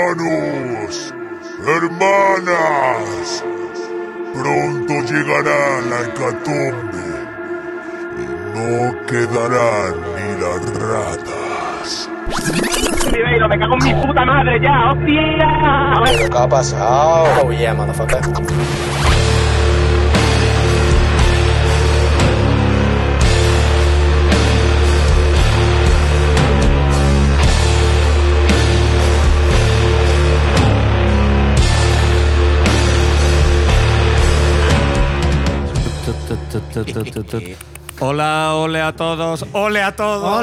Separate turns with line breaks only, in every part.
Hermanos, hermanas, pronto llegará la hecatombe y no quedarán ni las ratas.
Ribeiro, me cago en mi puta madre ya, hostia. A ver.
¿Qué ha pasado?
Oh yeah, motherfucker.
Hola, ole a todos, ole a todos.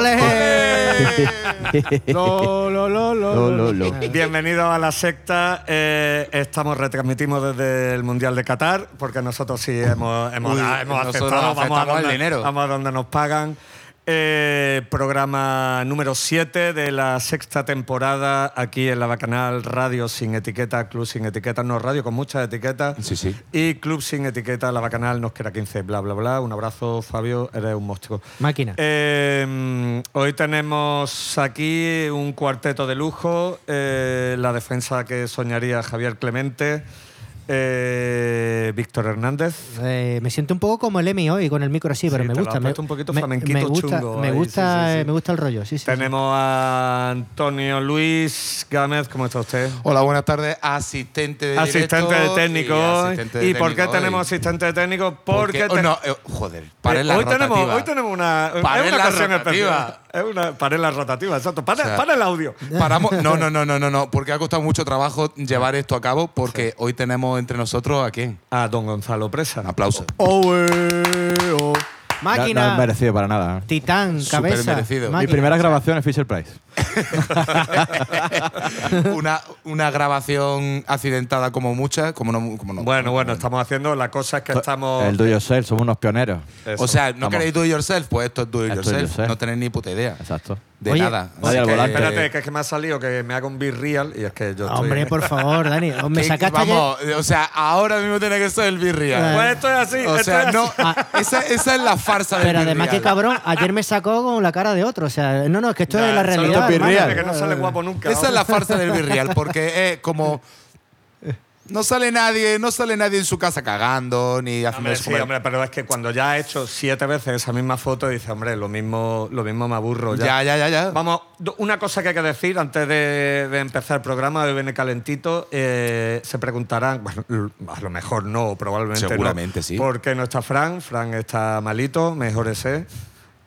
Lo, lo, lo, lo, lo, lo.
Bienvenidos a la secta. Eh, estamos retransmitimos desde el Mundial de Qatar, porque nosotros sí hemos, hemos,
Uy,
ah, hemos
nosotros
aceptado. Vamos a,
aceptamos el
donde,
dinero.
vamos a donde nos pagan. Eh, programa número 7 de la sexta temporada aquí en la Bacanal Radio sin etiqueta, Club sin etiqueta, no radio con muchas etiquetas.
Sí, sí.
Y Club sin etiqueta, la Bacanal nos queda 15, bla, bla, bla. Un abrazo, Fabio, eres un monstruo.
Máquina.
Eh, hoy tenemos aquí un cuarteto de lujo, eh, la defensa que soñaría Javier Clemente, eh, Víctor Hernández.
Eh, me siento un poco como el Emi hoy con el micro así, pero
Sí,
me
te lo
gusta.
has
me-
puesto un poquito
me,
flamenquito
me gusta,
chungo
me
ahí,
gusta,
sí, sí, sí.
eh, me gusta el rollo. Sí, sí, sí.
Tenemos a Antonio Luis Gámez, ¿cómo está usted?
Hola, buenas tardes. Asistente de
Asistente de
directo
técnico.
y
hoy.
asistente de
¿Y por qué
técnico hoy.
tenemos asistente de técnico? Porque,
oh,
te-
no, eh, joder, para
Eh,
la
hoy, tenemos,
rotativa.
hoy tenemos una,
Paren
es una
la
ocasión
rotativa.
especial. Es una panela rotativa, exacto. Para,
O sea,
para el audio.
Paramos. No, no, no, no, no, no, porque ha costado mucho trabajo llevar esto a cabo porque hoy tenemos entre nosotros a quién.
A don Gonzalo Presa.
Un aplauso.
Oh.
Máquina.
No, no es merecido para nada.
Titán,
Súper
cabeza.
merecido.
Mi
máquina.
primera grabación es Fisher Price.
una, una grabación accidentada como muchas, como no, como no.
Bueno, bueno, estamos haciendo la cosa es
Pues,
que estamos.
El Do Yourself, somos unos pioneros.
Eso.
o sea, ¿no
Vamos.
queréis do it yourself? Pues esto es do it
Esto es
yourself.
yourself.
No tenéis ni puta idea
Exacto.
de
Oye,
nada.
nadie
Así
al
que-
volante.
espérate, que es que me ha salido que me haga un birreal y es que yo estoy.
Hombre, pues, por favor, Dani. Me
Que-
sacaste ayer.
Vamos, eh, o sea, ahora mismo tiene que ser el birria.
Pues esto es así.
O
esto
sea,
es
no,
así.
esa, esa es la farsa del
Ah. Pero además, que
Villarreal.
cabrón, ayer me sacó con la cara de otro. O sea, no, no, es que esto
Ya,
es la
solo
realidad.
tú
hermano.
birreal, Que no sale guapo nunca.
Esa es la farsa del Virreal, porque es como. No sale nadie, no sale nadie en su casa cagando, ni haciendo
Hombre, sí, hombre, pero es que cuando ya he hecho siete veces esa misma foto, dice, hombre, lo mismo, lo mismo me aburro ya.
Ya, ya, ya, ya.
Vamos, do- una cosa que hay que decir antes de, de empezar el programa, hoy viene calentito, eh, se preguntarán, bueno, l- a lo mejor no, probablemente no,
Seguramente sí.
Porque no está Fran, Fran está malito, mejorese.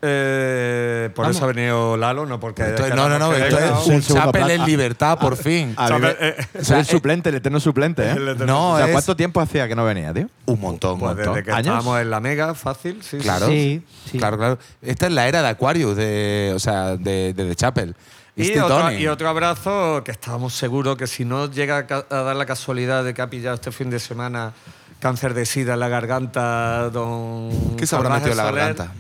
Eh, por eso ha venido Lalo, no porque...
Esto es- no,
queramos
no, no,
eh, que
esto
venga.
es
Sí,
un
en segundo
chapel
plano.
en libertad,
Ah,
por fin.
A mí me-
eh, eh,
soy el suplente, el eterno suplente, ¿eh?
El-
No,
O sea,
es
¿cuánto tiempo hacía que no venía, tío?
un montón, un
Pues
montón. Ah,
desde que
¿Años?
estábamos en la mega, fácil, sí. sí,
Claro,
Sí, sí.
claro, claro. Esta es la era de Aquarius, de, o sea, de, de The Chapel.
Y
Este
otro,
Tony.
y otro abrazo que estábamos seguros que si no llega a ca- a dar la casualidad de que ha pillado este fin de semana cáncer de sida en la garganta, don.
¿Qué se habrá
Salvaje
metido en la
Soler,
garganta?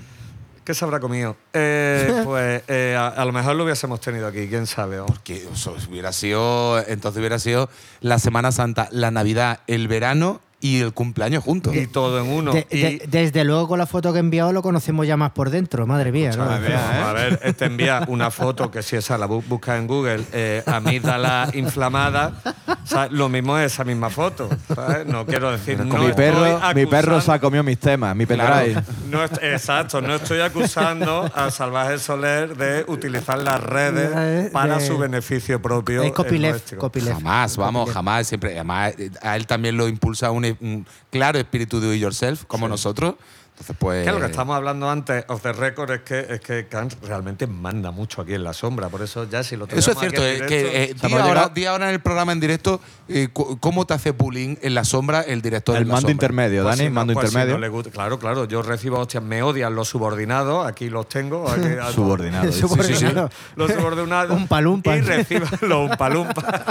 ¿Qué se habrá comido? Eh, pues eh, a, a lo mejor lo hubiésemos tenido aquí, quién sabe. oh. o-
que eso hubiera sido entonces hubiera sido la Semana Santa, la Navidad, el verano y el cumpleaños juntos.
Y todo en uno.
De-
y,
de- desde luego, con la foto que he enviado, lo conocemos ya más por dentro. Madre mía, ¿no?
Vamos A ver, este envía una foto que si esa la bu- buscas en Google, eh, amígdala inflamada, o sea, lo mismo es esa misma foto. ¿sabes? No quiero decir no
mi,
estoy
perro, mi perro se
acusando-
ha comido mis temas, mi pendrive.
No est- exacto, no estoy acusando a Salvaje Soler de utilizar las redes
Eh,
para
de-
su beneficio propio.
Es
el
copyleft,
nuestro.
copyleft.
Jamás, vamos, jamás, siempre. Además, eh, a él también lo impulsa un, un claro espíritu de yourself, como nosotros. Entonces, pues.
Que lo que estamos hablando antes of the record es que, es que Kant realmente manda mucho aquí en la sombra. Por eso ya si lo tenemos
Eso es cierto,
aquí
eh,
en directo- pues
que eh, di,
hemos
ahora,
llegado-
di ahora en el programa en directo eh, cu- cómo te hace bullying en la sombra el director
El
en la
mando
sombra.
intermedio,
Pues
Dani,
si no,
mando
pues si
intermedio.
no le gusta- claro, claro, yo recibo hostias, me odian los subordinados, aquí los tengo. aquí- a todos.
Subordinado. dice.
sí, sí.
Subordinado.
Los subordinados.
Un palumpa.
Y recibo los palumpa.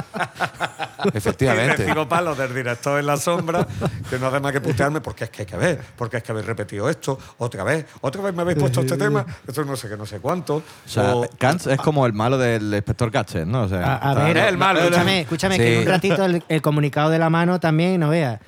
Y
Efectivamente.
recibo palos del director en la sombra, que no hace más que putearme porque es que hay que ver, porque es que habéis repetido esto, otra vez, otra vez me habéis puesto este tema, esto no sé qué, no sé cuánto.
O sea,
o-
Kant es como el malo del inspector Gadget, ¿no? O sea,
A, a
está-
ver,
el malo.
escúchame, escúchame, que
Sí.
en un ratito el, el comunicado de la mano también, no veas.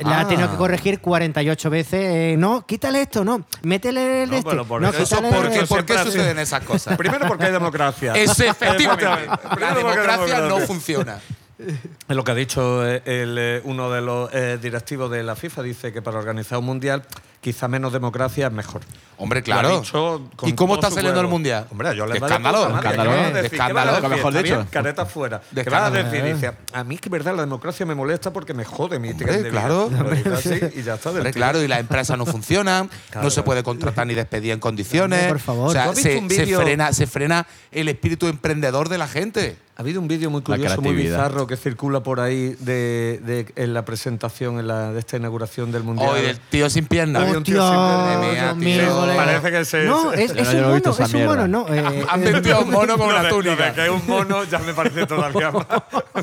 La
Ah.
ha tenido que corregir 48 veces. eh, no, quítale esto, no. Métele el
No,
de este.
pero por
no,
eso-
Eso,
quítale- este.
¿por qué,
Eso
por qué
siempre ha sido.
suceden esas cosas?
Primero porque hay democracia.
Eso, efectivamente. La
Primero porque hay
democracia no
democracia.
funciona.
Es lo que ha dicho eh, el, eh, uno de los eh, directivos de la FIFA. Dice que para organizar un mundial, quizá menos democracia es mejor.
Hombre,
Lo ha
claro.
dicho con
¿Y cómo
todo
está
su
saliendo el
huevo.
mundial?
Hombre, yo le
De
voy de
escándalo,
puta madre.
de
¿Qué van a
escándalo,
decir?
de
¿Qué van a
escándalo,
decir?
mejor
Está bien,
dicho.
Careta fuera.
De
¿Qué van a
escándalo, ¿eh?
decir? Dice, a mí es que verdad la democracia me molesta porque me jode mi ticket de vida".
claro.
Lo dice así y ya está. del tirón.
Hombre, claro, y las empresas no funcionan, no se puede contratar ni despedir en condiciones.
Hombre, por favor.
O sea,
¿Tú has visto
se,
un
se
vídeo?
frena, se frena el espíritu emprendedor de la gente.
Ha habido un vídeo muy curioso, muy
creatividad.
bizarro, que circula por ahí de, de- en la presentación en la, de esta inauguración del Mundial.
Hoy el tío sin piernas.
Había un tío
Hostia,
siempre-
Dios
Mía, tío.
mío, colega.
Parece que se-
No,
se-
es,
Yo
es
no
un
he visto esa
mono, es un mono,
mierda.
no. eh,
Han
eh,
vendido a un mono con
Lo
una
de- lo de
túnica.
Que es un mono ya me parece todavía más.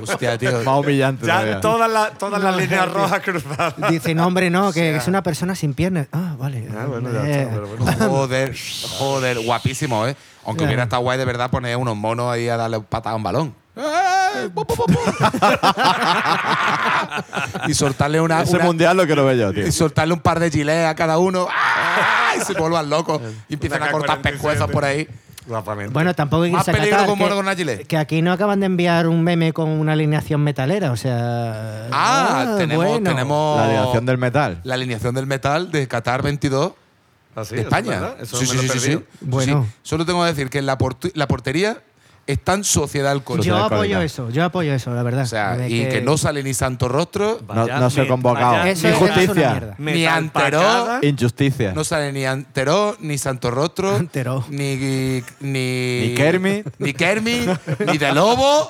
Hostia, tío.
Más humillante.
Ya
todavía.
todas las todas las
No,
líneas
tío.
rojas cruzadas.
Dice, no, hombre, no, que es una persona sin piernas. Ah, vale.
Ah, bueno, ya
Eh,
está, pero bueno.
Joder, joder, guapísimo, ¿eh? Aunque hubiera estado guay de verdad poner unos monos ahí a darle patada a un balón. ¡Eh! ¡Pu, pu, pu, pu! y soltarle una,
Ese
una-
mundial lo quiero ver yo, tío.
y soltarle un par de gilets a cada uno. ¡Ah! Y se vuelvan locos
Eh,
y empiezan
Una
a cortar
K47.
pescuezos por ahí.
Guapamente.
Bueno, tampoco hay que
Más peligro
desacatar
que un mono
que-
con una gilet.
Que aquí no acaban de enviar un meme con una alineación metalera, o sea.
Ah, tenemos,
bueno.
tenemos
La alineación del metal.
la alineación del metal de Qatar 22
Ah, sí,
de
¿eso es
España.
verdad? Eso
sí,
me
sí,
lo he
sí, sí, sí.
perdido.
Bueno.
Sí. Solo tengo que decir que en la, portu- la portería está en Sociedad Alcohol.
Sociedad
Yo apoyo
Alcohólica.
eso, yo apoyo eso, la verdad.
O sea,
De
y que, no sale ni santo rostro,
No,
Vaya
no soy
me-
convocado.
vaya
Ni
Eso es-
justicia.
es una mierda.
ni
Metalpacada.
Antero,
Injusticia.
no sale ni Antero, ni santo rostro,
Antero.
ni ni
Ni Kermit.
ni Kermit, ni de Lobo. O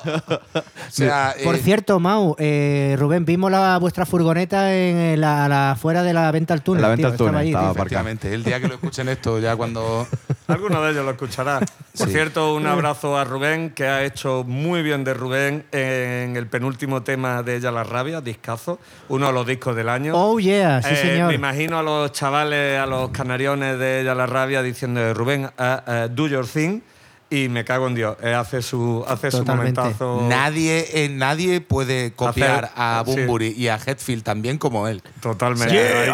sea,
Por
eh,
cierto, Mau, eh, Rubén, vimos la, vuestra furgoneta en eh, la, la- fuera de la venta al túnel.
La venta
tío,
al túnel,
estaba ahí,
estaba
tío.
aparcada.
efectivamente, el día que lo escuchen esto ya cuando
Alguno de ellos lo escuchará. Por
Sí.
cierto, un abrazo a Rubén, que ha hecho muy bien de Rubén en el penúltimo tema de Ella la Rabia, discazo, uno de los discos del año.
Oh, yeah, sí,
Eh, Me
señor.
imagino a los chavales, a los canariones de Ella la Rabia diciendo, Rubén, ah, ah, do your thing, y me cago en Dios. Eh, hace su, hace su
Totalmente.
momentazo.
nadie eh, nadie puede copiar
Hacer-
a
sí.
Bumburi y a Hetfield también como él.
Totalmente. Hay que-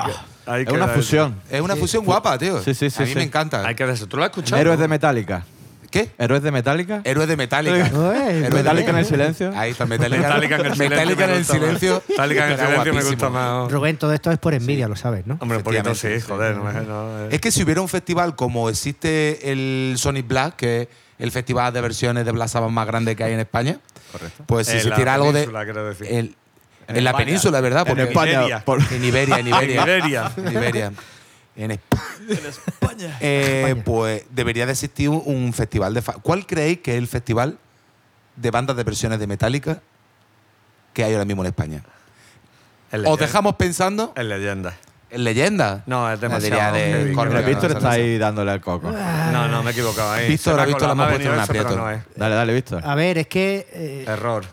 Ah, hay
Es
que
una
dar-
fusión.
Es una fusión guapa, tío.
Sí, sí, sí,
A mí
sí.
me encanta.
Hay que dar eso. ¿Tú lo has escuchado?
Héroes de Metallica.
¿Qué?
Héroes de Metallica.
Héroes de Metallica.
Ué,
Héroes de
Metallica en el
Metallica.
silencio.
Ahí está, Metallica,
Metallica en el silencio.
Metallica en
me
el
gusta más.
silencio.
Metallica en el
Era
silencio me
guapísimo.
gusta más.
Rubén, todo esto es por envidia, lo sabes, ¿no?
Hombre, un poquito sí,
Efectivamente,
joder.
sí.
no me- no, eh.
Es que si hubiera un festival como existe el Sonic Black, que es el festival de versiones de Black Sabbath más grande que hay en España, pues si
En la
existiera algo de.
península, quiero decir.
el- en, la península, ¿verdad?
en
Porque-
España.
Iberia.
por-
En Iberia, en Iberia.
En Iberia.
En Iberia. En España. Eh,
España.
pues debería de existir un, un festival de. fa- ¿Cuál creéis que es el festival de bandas de versiones de Metallica que hay ahora mismo en España?
Es
Os
leyenda.
dejamos pensando
Es leyenda.
en leyenda.
No, es demasiado
Debería de-
heavy,
Correcto,
Hombre,
creo.
Víctor
no,
está
no, no.
ahí dándole al coco.
No, no, me he equivocado. ahí.
Víctor,
Se me
a
ha
Víctor le
colado, me
hemos
ha
puesto
venido
un
eso, pero
aprieto.
no es.
Dale, dale, Víctor.
A ver, es que. eh,
Error.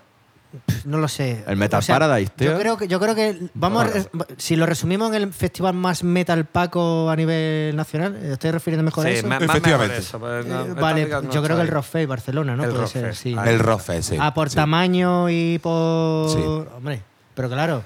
No lo sé.
El Metal Paradise, tío.
Yo creo que, yo creo que vamos a re- si lo resumimos en el festival más metal paco a nivel nacional, eh, estoy refiriendo mejor a
Sí,
eso.
ma- más
Efectivamente.
mejor eso, pero
Eh,
no,
vale,
Metallica no
yo creo que el
está ahí.
Rockfest Barcelona, ¿no?
El
Puede
Rockfest,
ser, sí.
ahí.
El Rofe, sí.
Ah, por
Sí.
tamaño y por.
Sí.
Hombre, pero claro,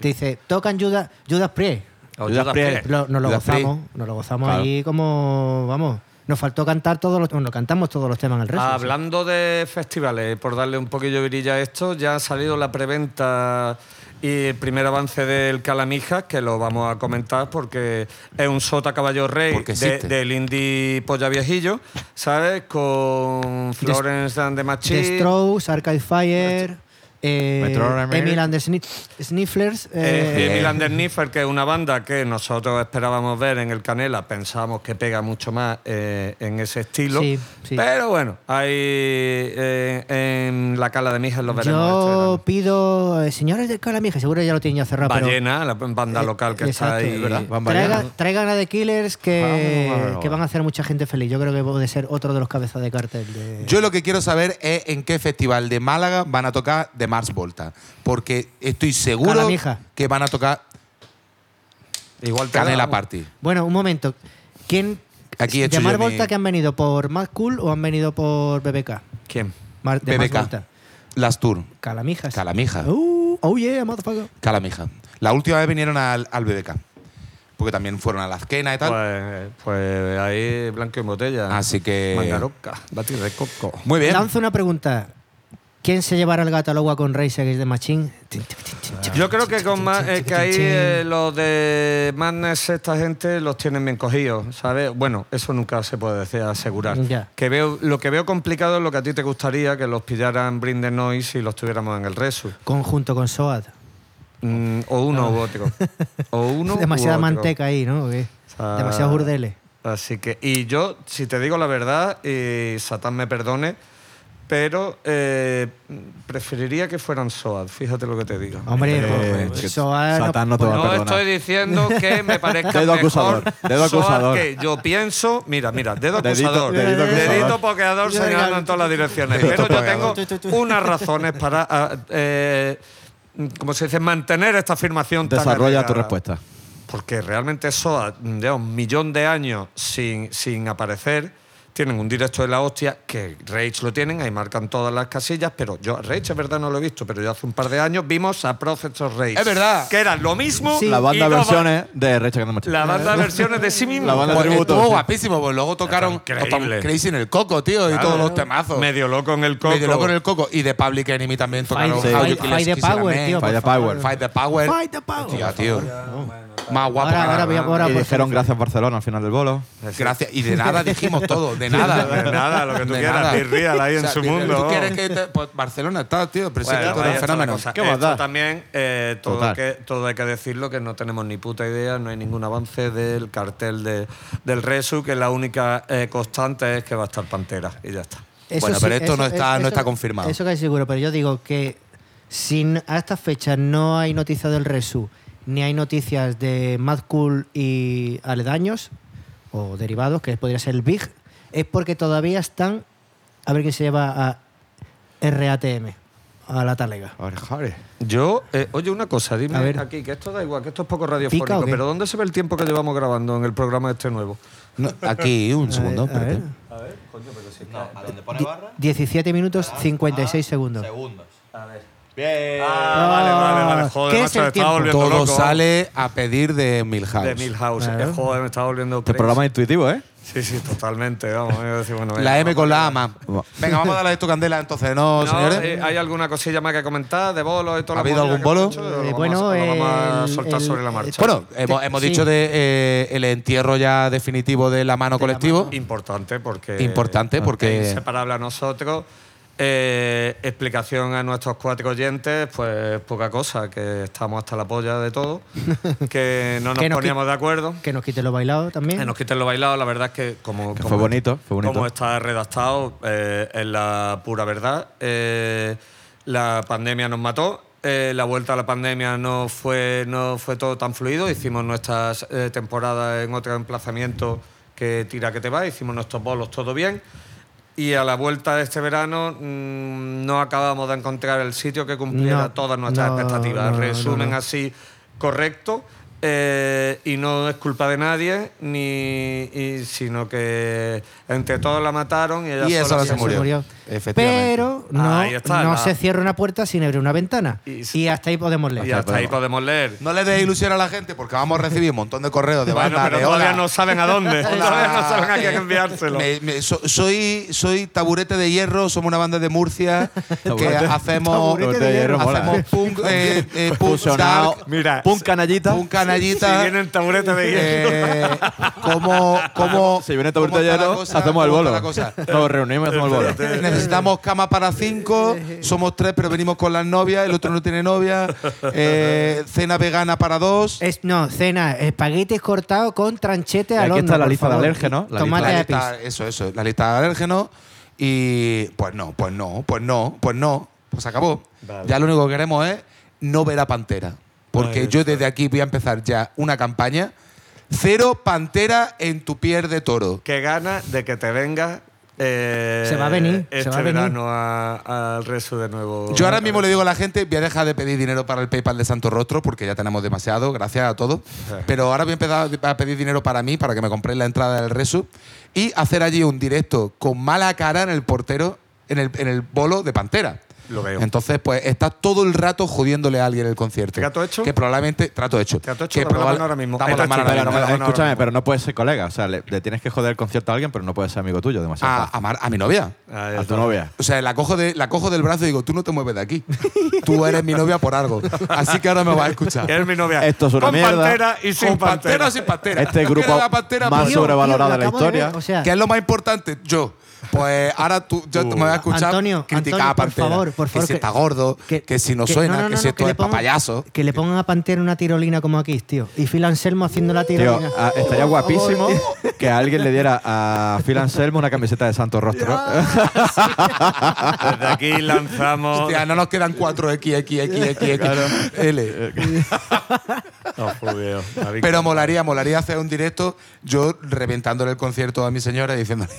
te dice, tocan Judas, Judas Priest.
O
Judas
Judas
Priest.
Priest.
Lo- nos lo
Eh, Judas Priest.
gozamos, nos lo gozamos
Claro.
ahí como. Vamos, nos faltó cantar todos los. Bueno, cantamos todos los temas en el resto. sí.
Hablando de festivales, por darle un poquillo de virilla a esto, ya ha salido la preventa y el primer avance del Calamijas, que lo vamos a comentar porque es un sota caballo rey
Porque
de-
existe.
del indie polla viejillo, ¿sabes? Con Florence and the
The
Machine.
Strokes, Arcade Fire, eh,
Metronomy.
Emil and the Sni- Snifflers.
Eh,
eh,
Emil and the Sniffer, que es una banda que nosotros esperábamos ver en el Canela, pensábamos que pega mucho más eh, en ese estilo.
Sí, sí.
Pero bueno, hay eh, en la cala de Mijas lo veremos. este
yo
verano.
pido, eh, señores del Calamija, seguro ya lo tienen ya cerrado. Ah, pero-
Ballena, la banda
Eh,
local que
exacto.
está ahí.
¿Verdad? Van
Traiga-
Ballena.
traigan a The Killers que,
Vamos, vamos.
que van a hacer mucha gente feliz. Yo creo que puede ser otro de los cabezas de cartel. de-
Yo lo que quiero saber es en qué festival de Málaga van a tocar de Mars Volta. Porque estoy seguro
Calamija.
que van a tocar
Igual te
Canela
damos.
Party.
Bueno, un momento. ¿Quién
Aquí he hecho
de Mar
yo mi-
Volta que han venido por Mad Cool o han venido por BBK?
¿Quién?
Mar- de Mad
BBK.
Volta.
Las Tour.
Calamijas.
Calamija.
Uh, oh yeah, motherfucker.
Calamija. La última vez vinieron al, al BBK, porque también fueron a la Azquena y tal.
Pues, pues ahí blanco en botella.
Así que-
Mangaroca, batir de coco.
Muy bien.
Lanzo una pregunta. ¿Quién se llevará el gato al agua con Race Against the Machine?
Yo creo que con más, eh, que ahí eh, los de Madness, esta gente los tienen bien cogidos, ¿sabes? Bueno, eso nunca se puede decir, asegurar.
Ya.
Que veo, lo que veo complicado es lo que a ti te gustaría que los pillaran Bring the Noise y los tuviéramos en el Resu.
Conjunto con SOAD.
Mm, o uno u otro. O uno u
Ah. Demasiada
otro.
manteca ahí, ¿no? ¿O qué?
sea,
Demasiados urdeles.
Así que, y yo, si te digo la verdad, y Satán me perdone, pero eh, preferiría que fueran SOAD, fíjate lo que te digo.
Hombre,
Eh,
pues,
que
SOAD no-
Satán no te va a
Pues No
perdonar.
estoy diciendo que me parezca
Dedo
mejor
acusador, dedo
SOAD
acusador.
que yo pienso, mira, mira, dedo
Dedito-
acusador,
dedito acusador.
dedito pokeador señalando en todas las direcciones.
Dedito
Pero yo
pokeador.
tengo unas razones para, ah, eh, como se dice, mantener esta afirmación tan
Desarrolla tu
arriesgada.
respuesta.
Porque realmente SOA lleva un millón de años sin, sin aparecer. Tienen un directo de la hostia, que Rage lo tienen, ahí marcan todas las casillas, pero yo, Rage es verdad, no lo he visto, pero yo hace un par de años vimos a Professor Rage.
Es verdad.
Que era lo mismo.
La
y
banda
no va-
versiones de Recha
La banda versiones de sí mismo.
La banda
Pues
tributo,
estuvo
sí.
guapísimo, pues luego tocaron
Increíble.
tocaron Crazy en el Coco, tío, y todos los temazos.
Medio loco en el coco.
Medio loco en el Coco. Y de Public Enemy también tocaron.
sí.
How You
Fight-
Kill Us,
Fight the
Kiss Your
Power,
Man,
tío,
Fire
por favor.
Power.
Fight the Power.
Fight the Power. Oh.
Hostia, tío. Más guapo.
Ahora,
que
ahora
nada.
voy a ahora pues,
Y
por-
dijeron gracias Barcelona al final del bolo.
Gracias. Y de nada dijimos todo, de nada.
De nada, lo que tú quieras,
nada.
Be real ahí en su
be real.
mundo,
¿Tú
vamos.
quieres que te- pues, Barcelona está, tío, pero sí
Bueno,
que todo
Pues vaya,
era un
otra
fenómeno.
cosa.
¿Qué
Esto
maldad?
también, eh, todo,
Total.
hay que, todo hay que decirlo, que no tenemos ni puta idea, no hay ningún avance del cartel de, del Resu, que la única eh, constante es que va a estar Pantera y ya está.
Eso
Bueno, pero esto no está- no está confirmado.
Eso casi seguro, pero yo digo que si n- a estas fechas no hay noticias del Resu, ni hay noticias de Mad Cool y aledaños, o derivados, que podría ser el Big, es porque todavía están a ver quién se lleva a RATM, a la talega.
Yo, eh, oye, una cosa, dime
A ver.
aquí, que esto da igual, que esto es poco
¿Pica o
radiofónico,
qué?
pero ¿dónde se ve el tiempo que llevamos grabando en el programa este nuevo?
No, aquí, un segundo.
a
espérate.
ver. 17 minutos 56 segundos.
Ah, vale, vale, vale, joder,
¿Qué
macho,
es el
me estaba
tiempo?
volviendo
Todo
loco.
sale a pedir de Milhouse.
De Milhouse,
Claro.
eh, joder, me estaba volviendo
Este
crazy.
programa es intuitivo, ¿eh?
Sí, sí, totalmente, vamos. yo decía, bueno, venga,
La M con la A más.
Va.
Venga, vamos a darle esto candela entonces, ¿no,
No,
señores?
eh, ¿Hay alguna cosilla más que comentar de bolos y todo
¿Ha habido algún bolo? eh,
Eh, bueno,
lo vamos a
el-
soltar
el-
sobre la marcha.
bueno, hemos, hemos
sí.
dicho de eh, el entierro ya definitivo de la mano colectivo.
importante porque
Importante porque-
es inseparable a nosotros. Eh, explicación a nuestros cuatro oyentes, pues poca cosa, que estamos hasta la polla de todo, que no nos,
Que nos
poníamos de acuerdo.
Que nos quite lo bailado también.
Que nos quiten lo bailado, la verdad es que como,
Que
como-
fue bonito, fue bonito.
como está redactado, eh, es la pura verdad. Eh, la pandemia nos mató. eh, la vuelta a la pandemia no fue, no fue todo tan fluido. Hicimos nuestras eh, temporadas en otro emplazamiento que tira que te va. Hicimos nuestros bolos todo bien. Y a la vuelta de este verano mm, no acabamos de encontrar el sitio que cumpliera
No,
todas nuestras
no,
expectativas.
no, no,
Resumen
no.
así correcto eh, y no es culpa de nadie, ni y- sino que entre todos la mataron y ella
Y esa
sola
la
se
se murió. Efectivamente. Ah,
Pero no,
Ahí está,
no
la-
se cierra una puerta sin abrir una ventana.
Y-
Y, hasta ahí podemos leer.
Y hasta ahí podemos leer.
No le des ilusión a la gente porque vamos a recibir un montón de correos de
bueno,
banda
pero
de
todavía
hola.
no saben a dónde.
Hola.
todavía no saben a quién enviárselo.
Me- me- so- soy, soy taburete de hierro, somos una banda de Murcia que
Taburete-
hacemos, eh,
Taburete de hierro, mola.
hacemos punk, eh, eh, punk
Fusionado.
dark,
Mira,
Pun canallita.
punk canallita.
si vienen taburetes de hierro.
eh, como, como,
Si Ah, viene
cómo
Taburete
está la
Hierro,
cosa,
hacemos el
cómo
bolo.
está la cosa.
Nos reunimos y hacemos el bolo.
Necesitamos cama para cinco, somos tres, pero venimos con las novias, el otro no tiene novia. eh, cena vegana para dos.
Es, no, cena, espaguetis cortados con tranchete
Y
al horno.
aquí está la
por
lista de
favor.
alérgenos, la
Tomate
la
de
lista, eso, eso, la lista de alérgenos. Y pues no, pues no, pues no, pues no, pues se acabó. Ya lo único que queremos es no ver a Pantera. Porque yo desde aquí voy a empezar ya una campaña. Cero Pantera en tu piel de toro.
Qué gana de que te venga. eh,
Se va a venir, se
Este
va a venir.
verano a- al resto de nuevo.
Yo ahora mismo le digo a la gente, voy a dejar de pedir dinero para el PayPal de Santo Rostro, porque ya tenemos demasiado, gracias a todos. Pero ahora voy a empezar a pedir dinero para mí, para que me compréis la entrada del Resu, y hacer allí un directo con mala cara en el portero, en el, en el bolo de Pantera.
Lo veo.
Entonces, pues está todo el rato jodiéndole a alguien el concierto.
¿Trato hecho?
Que probablemente. Trato hecho.
Trato hecho,
Que
dame la
probable-
mano ahora mismo.
Damos
Eh,
la mano
trato
ahora
hecho,
mismo.
Pero,
dame la mano ahora
escúchame,
mismo.
pero no puedes ser colega. O sea, le, le tienes que joder el concierto a alguien, pero no puedes ser amigo tuyo demasiado.
A,
fácil.
a Mar- a mi novia.
Ah,
a
ya
tu
está.
novia.
O sea, la cojo, de, la cojo del brazo y digo, tú no te mueves de aquí. Tú eres mi novia por algo. Así que ahora me vas a escuchar.
Es mi novia.
Esto es una
Con
mierda.
pantera y sin
Con pantera
pantera.
o sin pantera.
Este
¿Tú
grupo
quieres la pantera
más
por-
Tío,
sobrevalorado de
tío, lo
la
acabo de ver,
historia.
o sea,
¿Qué es lo más importante? Yo. Pues ahora tú yo me
Uh.
voy a escuchar
Antonio,
criticar
Antonio,
a
por
Pantera.
favor, por favor,
Que si
que-
está gordo, que, si no suena,
no, no,
que
no,
si esto
le
es
pongan-
papayazo.
Que le pongan a Pantera una tirolina como aquí, tío. Y Phil Anselmo haciendo la
Tío,
tirolina.
a- estaría
Oh,
guapísimo que alguien le diera a Phil Anselmo una camiseta de Santo Rostro.
Desde aquí lanzamos.
Hostia, no nos quedan 4 X, X, X, X, X,
Eh,
L.
No, judío. David.
Pero molaría, molaría hacer un directo yo reventándole el concierto a mi señora y diciéndole,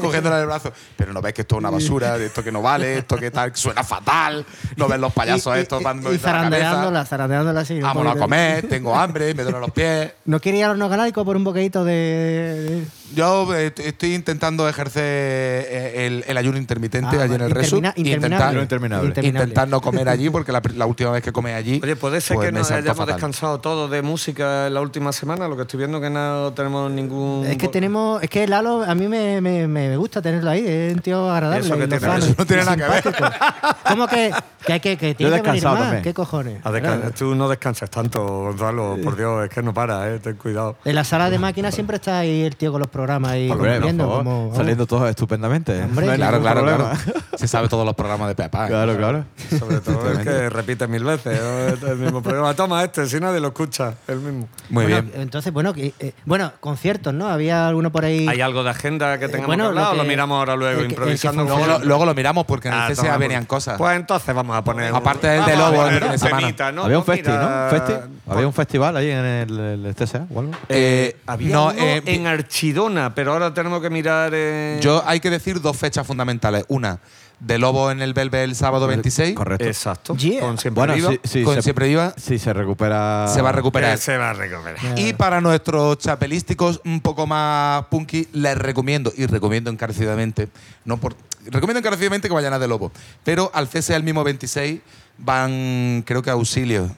cogiéndole el brazo, pero no ves que esto es una basura, de esto que no vale, esto que tal, que suena fatal, no ves los payasos
Y- y-
estos dando
y,
la cabeza,
zarandeándola, zarandeándola así. un
vámonos a
poquito.
comer, tengo hambre, me duelen los pies.
¿No quiere ir a los galácticos por un bocadito de...?
Yo eh, t- estoy intentando ejercer eh, el, el ayuno intermitente
Ah,
allí en el
intermina-
resu. y
interminable.
intentar,
Ayuno interminable.
intentar no comer allí porque la, pr- la última vez que comí allí.
Oye, puede ser
pues,
que
me
nos
sentó
hayamos
fatal.
descansado todo de música en la última semana. Lo que estoy viendo que no tenemos ningún.
Es que tenemos... Es que Lalo, a mí me, me- me gusta tenerlo ahí. Es un tío agradable.
Eso que
y
tiene,
lozano
eso
no tiene
y
nada que ver.
simpático. ¿Cómo que, que, hay que, que tiene
he
que venir
descansado
más?
también.
¿Qué cojones?
A Ah, descan- Tú no descansas tanto, Gonzalo. Por Dios, es que no para, ¿eh? Ten cuidado.
En la sala de máquinas siempre está ahí el tío con los programas y
Hombre, por
viendo
favor,
como...
saliendo todos estupendamente.
Hombre,
No hay
Claro,
ningún
claro,
problema.
claro. Se sabe todos los programas de Pepa. ¿eh?
Claro, claro.
Sobre todo el que repite mil veces. ¿no? Es El mismo programa. Toma este, si nadie lo escucha, el mismo.
Muy
Bueno,
bien.
Entonces, bueno, que, eh, bueno, conciertos, ¿no? Había alguno por ahí...
¿Hay algo de agenda que
Eh,
tengamos
bueno,
que hablar
lo
o lo
que-
miramos ahora luego,
el que- el que
improvisando?
funciona.
Luego lo, luego lo miramos porque en
Ah,
el
toma,
CSA
pues.
venían cosas.
Pues entonces vamos a poner.
Aparte del de
Vamos a
Lobo
poner
el fin de semana.
temita, ¿no?
Había un
Pues
festi,
mira,
¿no? ¿Festi? Había un festival ahí en el, el TSA o algo.
Eh,
Había
no,
uno
eh,
en Archidona, pero ahora tenemos que mirar. eh,
Yo hay que decir dos fechas fundamentales. Una, de Lobo en el Belve el sábado 26.
Correcto.
Exacto.
Yeah.
Con siempre
bueno,
viva.
sí, sí,
con
se,
Siempre Viva.
sí, se recupera.
Se va a recuperar.
Eh, Se va a recuperar.
Y para nuestros chapelísticos un poco más punky, les recomiendo, y recomiendo encarecidamente, no por, recomiendo encarecidamente que vayan a De Lobo, pero al CSE el mismo 26 van, creo que a Auxilio,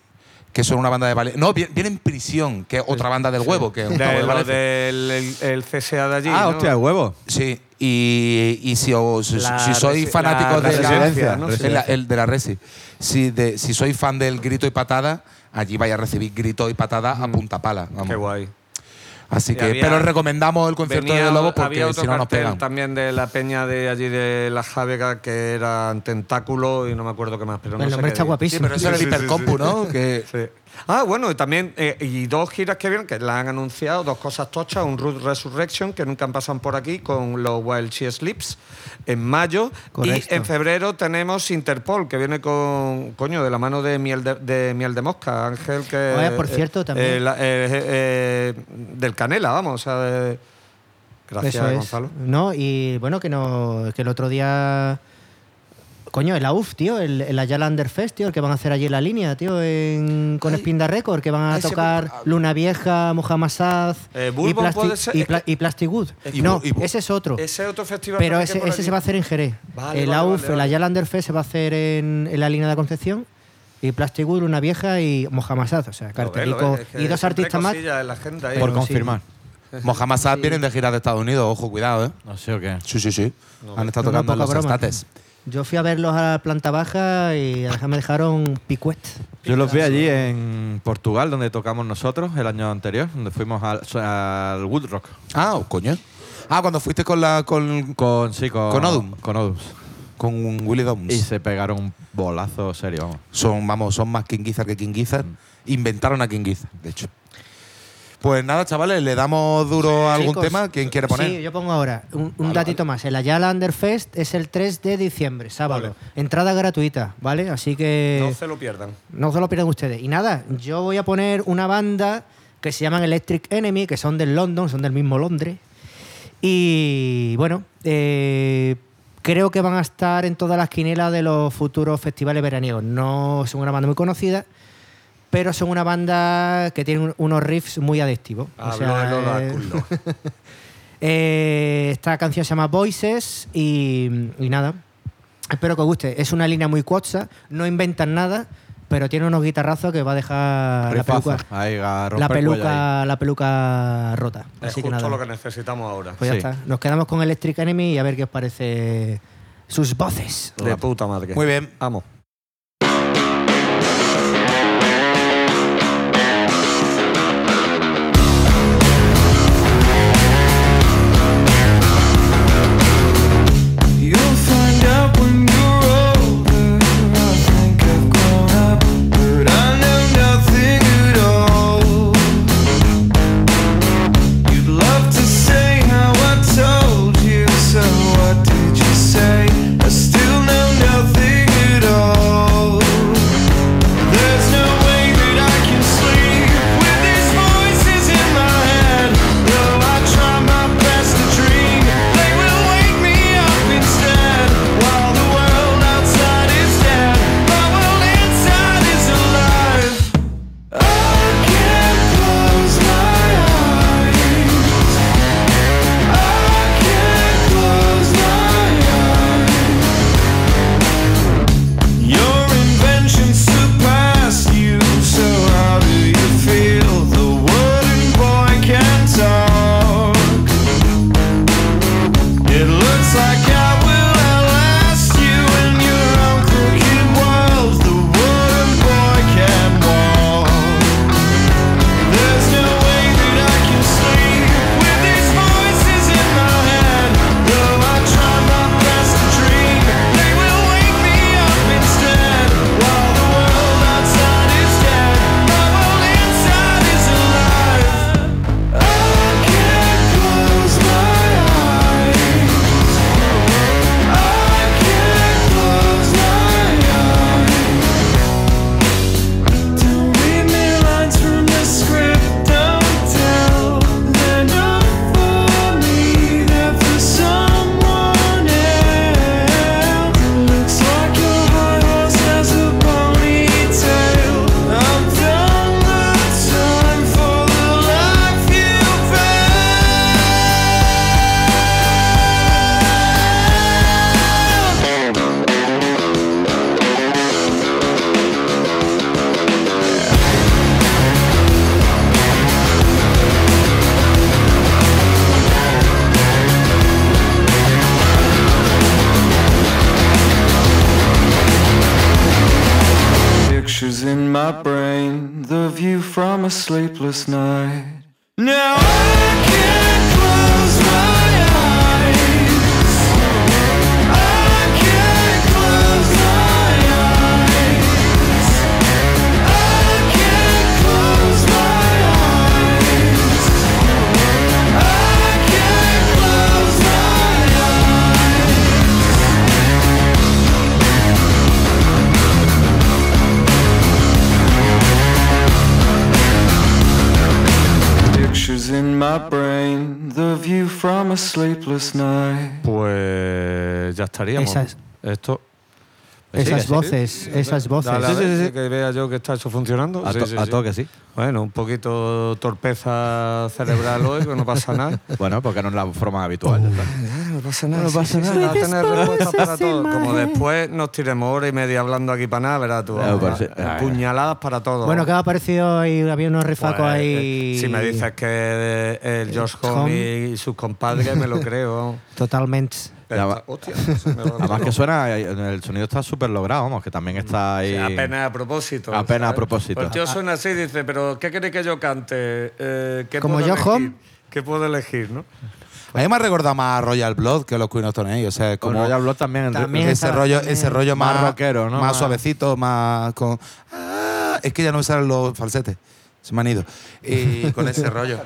que son una banda de Valencia. No, vi- vienen Prisión, que es otra banda del huevo, que es un
De
cabo de
lo
Valencia.
del el, el CSA de allí.
Ah,
¿no?
hostia, huevo.
Sí, y, y si, os- si
La
sois
resi-
fanáticos
la
de
residencia,
la,
¿no?
de la- el de la Resi, si, de, si sois fan del grito y patada, allí vais a recibir grito y patada a punta pala. vamos.
Qué guay.
Así
Y
que,
había-
pero recomendamos el concierto
Venía-
de Lobo
había
porque
otro
si no nos
cartel
pegan.
también de la peña de allí de la Javega que eran Tentáculo y no me acuerdo qué más. Pero no
el
sé
hombre
qué
está
di-
guapísimo.
Sí, pero eso era
Sí,
el
sí, sí,
hipercompu,
sí.
¿no? Que
Sí. Ah, bueno, y también eh, y dos giras que vienen, que las han anunciado, dos cosas tochas, un Root Resurrection, que nunca han pasado por aquí, con los Wild She Sleeps, en mayo.
Correcto.
Y en febrero tenemos Interpol, que viene con, coño, de la mano de Miel de, de miel de Mosca, Ángel, que...
Oye, por
eh,
cierto, también.
eh, la- eh, eh, eh, del Canela, vamos, o sea, de- Gracias,
Eso es.
Gonzalo.
No, y bueno, que no que el otro día. Coño, el AUF, tío, el, el Ayala Underfest, tío, el que van a hacer allí en la línea, tío, en- con Spinda Record, que van a
ay, se me-
tocar
ah.
Luna Vieja, Mohamed Saz
Eh,
y,
Bourbon
Plasti-
puede ser,
y
es
Pla-
que-
y Plastic Wood.
que-
no,
y Bo-
ese es otro.
Ese otro festival...
Pero
también que
ese,
por
ese
aquí.
se va a hacer en Jerez.
Vale,
el
vale,
AUF,
vale,
el
vale.
Ayala Underfest se va a hacer en, en la línea de la Concepción. Y Plastic Wood, Luna Vieja y Mohamed Saz, o sea,
Lo ves, lo
cartelico.
ves, Pues es que
y
siempre
dos
hay
artistas más.
cosillas en la agenda
Eh,
ahí.
Por
Pero sí.
confirmar.
Mohamed Saad vienen de gira de Estados Unidos, ojo, cuidado, ¿eh?
No sé o qué.
Sí, sí, sí. Han
No,
estado
no,
tocando en
poca
los
broma.
estates.
Yo fui a verlos a la planta baja y además me dejaron picuet.
Yo los vi allí en Portugal, donde tocamos nosotros el año anterior, donde fuimos al, al Wood Rock.
Ah, coño. Ah, cuando fuiste con la con,
Con, sí, con,
Con Odum.
Con Odums.
con un Willy
Y
Doms.
se pegaron un bolazo serio, vamos.
Son, vamos, son más King Gizzard que King Gizzard.
Mm.
Inventaron a King Gizzard, de hecho. Pues nada, chavales, le damos duro a algún
Chicos,
tema. ¿Quién quiere poner?
Sí, yo pongo ahora. Un, un datito más. El Ayala Underfest es el 3 de diciembre, sábado. Entrada gratuita, ¿vale? Así
No
que
se lo pierdan.
no se lo pierdan ustedes. Y nada, yo voy a poner una banda que se llaman Electric Enemy, que son del London, son del mismo Londres. Y bueno, eh, creo que van a estar en todas las quinelas de los futuros festivales veraniegos. No son una banda muy conocida, pero son una banda que tiene un- unos riffs muy adictivos. O
Habló
sea,
el Lola
eh,
Curlo.
eh, esta canción se llama Voices y, y nada. Espero que os guste. Es una línea muy cuotza, no inventan nada, pero tiene unos guitarrazos que va a dejar la
Rifazo.
peluca,
Ahí, a romper
la
el cuello ahí.
peluca, la peluca rota.
Es
Así
justo
que nada.
lo que necesitamos ahora.
Pues ya
Sí.
está. Nos quedamos con Electric Enemy y a ver qué os parece sus voces.
De puta madre.
Muy bien.
Vamos.
You'll find out when you're older. I think I've grown up, but I know nothing at all. You'd love to say how I told you, so what did you say? I still know nothing at all. There's no way that I can sleep with these voices in my head. Though I try my best to dream, they will wake me up instead. While the world outside is dead, my world inside is alive. I can't close my eyes. I can't close my eyes. Your invention surpassed you, so how do you feel? The wooden boy can talk. It looks like I will outlast you in your own crooked world. The wooden boy can walk. There's no way that I can sleep with these voices in my head. Though I try my best to dream, they will wake me up instead. While the world outside is dead, my world inside is alive. I can't close my eyes. I can't close my eyes. Don't read me lines from the script. Don't tell. They're not for me. They're for someone else. Looks like your high horse has a ponytail. I'm done with time for the life you've had. Pictures in my brain, the view from a sleepless night. Now I can't close my eyes. I can't close my eyes. I can't close my eyes. I can't close my eyes. Pictures in my brain, the view from a sleepless night.
Pues ya estaríamos.
Esas-
Esto.
Esas
Pues Sí, sí,
voces, esas voces.
Dale, a
Sí, sí,
ver,
sí, sí.
Que vea yo que está eso funcionando.
A,
Sí,
to-
sí,
a
sí.
toque, sí.
Bueno, un poquito torpeza cerebral hoy, pero no pasa nada.
Bueno, porque no es la forma habitual. ya está.
No pasa nada, no pasa nada. Va a tener respuestas para todo. Como después nos tiremos hora y media hablando aquí para nada, verás tú.
Ah,
vamos,
pues sí.
a- Puñaladas para todo.
Bueno, ¿qué os ha parecido ahí? Había unos rifacos
Pues,
ahí.
Si me dices que eh, el George
Home.
Homie y sus compadres, me lo creo.
Totalmente.
Ya va.
Está- Hostia, no se me va a
Además que
dar.
suena, eh, el sonido está súper logrado, vamos, que también está ahí.
Apenas a propósito. Pues
Apenas a propósito.
El tío suena así y dice, pero ¿qué queréis que yo cante? Eh, ¿qué
Como
puedo
yo,
elegir?
Home.
¿Qué puedo elegir, no?
A mí me ha recordado más a Royal Blood que a los Queen of Stone Age, O sea,
Como
como
ya habló también, en-
También
ese
estaba-
rollo, ese rollo
más
más,
rockero, ¿no?
Más,
Más-
suavecito, más con. Ah, es que ya no me salen los falsetes. Se me han ido. Y con ese rollo.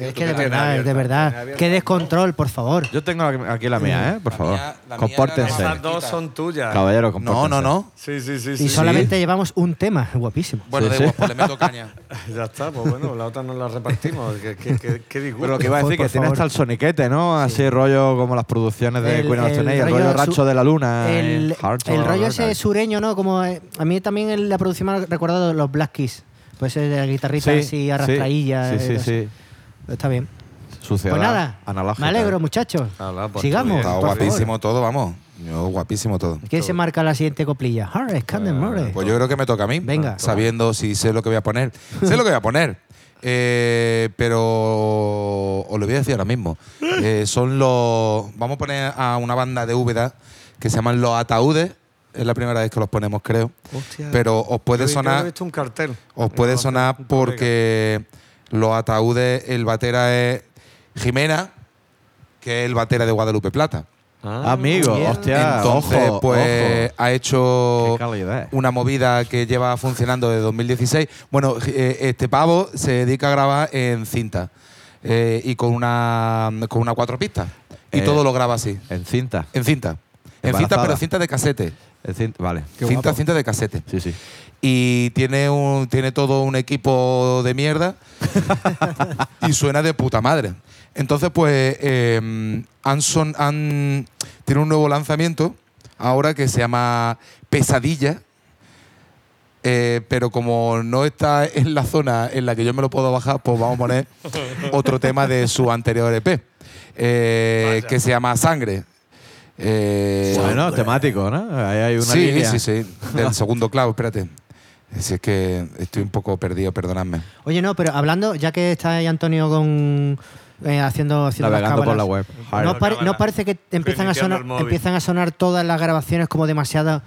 Es que de verdad, de verdad. Qué descontrol, por favor.
Yo tengo aquí la mía, ¿eh? Por favor.
mía- la mía
compórtense.
era
Estas dos son tuyas.
Caballero,
No,
compórtense.
no, no.
Sí, sí, sí.
Y
sí.
solamente llevamos un tema, guapísimo.
Bueno,
Sí,
de
sí.
igual, pues le meto caña.
Ya está, pues bueno, la otra nos la repartimos. ¿Qué, qué, qué, qué disgusto.
Pero lo que iba a decir,
Por
que tiene
favor.
hasta el soniquete, ¿no? Así rollo como las producciones de
El-
Queen of
el
Stone Age, este el
rollo
rollo
su-
Racho de la Luna.
El,
eh, Heart
el
of
rollo
the
ese
Night.
sureño, ¿no? Como eh, a mí también en la producción me ha recordado los Black Keys. Pues eh, de la guitarrita así arrastrailla.
Sí,
eh,
sí,
no sé.
sí.
Está bien.
Suciedad
Pues nada,
analógica. eh.
me alegro, muchachos.
Hala, pues,
Sigamos.
está
Está
por favor.
guapísimo todo, vamos. Yo, guapísimo todo.
¿Quién se marca la siguiente coplilla? Harris, Candem
Eh,
More.
Pues yo creo que me toca a mí.
Venga.
Sabiendo si sé lo que voy a poner. sé lo que voy a poner. Eh, pero os lo voy a decir ahora mismo. Eh, son los. Vamos a poner a una banda de Úbeda que se llaman Los Ataúdes. Es la primera vez que los ponemos, creo.
Hostia.
Pero os
Yo
puede
vi- yo
sonar.
He visto un cartel.
Os puede
Entonces,
sonar
un colega.
porque los ataúdes, el batera es Jimena, que es el batera de Guadalupe Plata.
Ah.
Amigo,
Yeah.
hostia.
Entonces,
ojo,
pues ha
ojo.
hecho
Qué calidad. eh.
una movida que lleva funcionando desde 2016. Bueno, eh, este pavo se dedica a grabar en cinta eh, y con una, con una cuatro pistas. Y
Eh.
todo lo graba así,
En cinta.
en cinta. En cinta,
Embarazada.
pero cinta de casete.
En cinta. Vale.
cinta, cinta de casete
Sí, sí.
y tiene un tiene todo un equipo de mierda y suena de puta madre. Entonces, pues eh, han son- han- tiene un nuevo lanzamiento ahora que se llama Pesadilla. eh, pero como no está en la zona en la que yo me lo puedo bajar, pues vamos a poner otro tema de su anterior EP, eh, que se llama Sangre. Eh,
Bueno, temático, ¿no? Ahí hay una
sí,
línea.
sí, sí. Del segundo clavo, espérate. Si es que estoy un poco perdido, perdonadme.
Oye, no, pero hablando, ya que está ahí Antonio con eh, haciendo, haciendo las
Navegando por la
cábalas,
web.
¿no,
Harris.
pare-
Cábala.
no parece que empiezan a,
Reiniciando
sonar,
el móvil.
empiezan a sonar todas las grabaciones como demasiado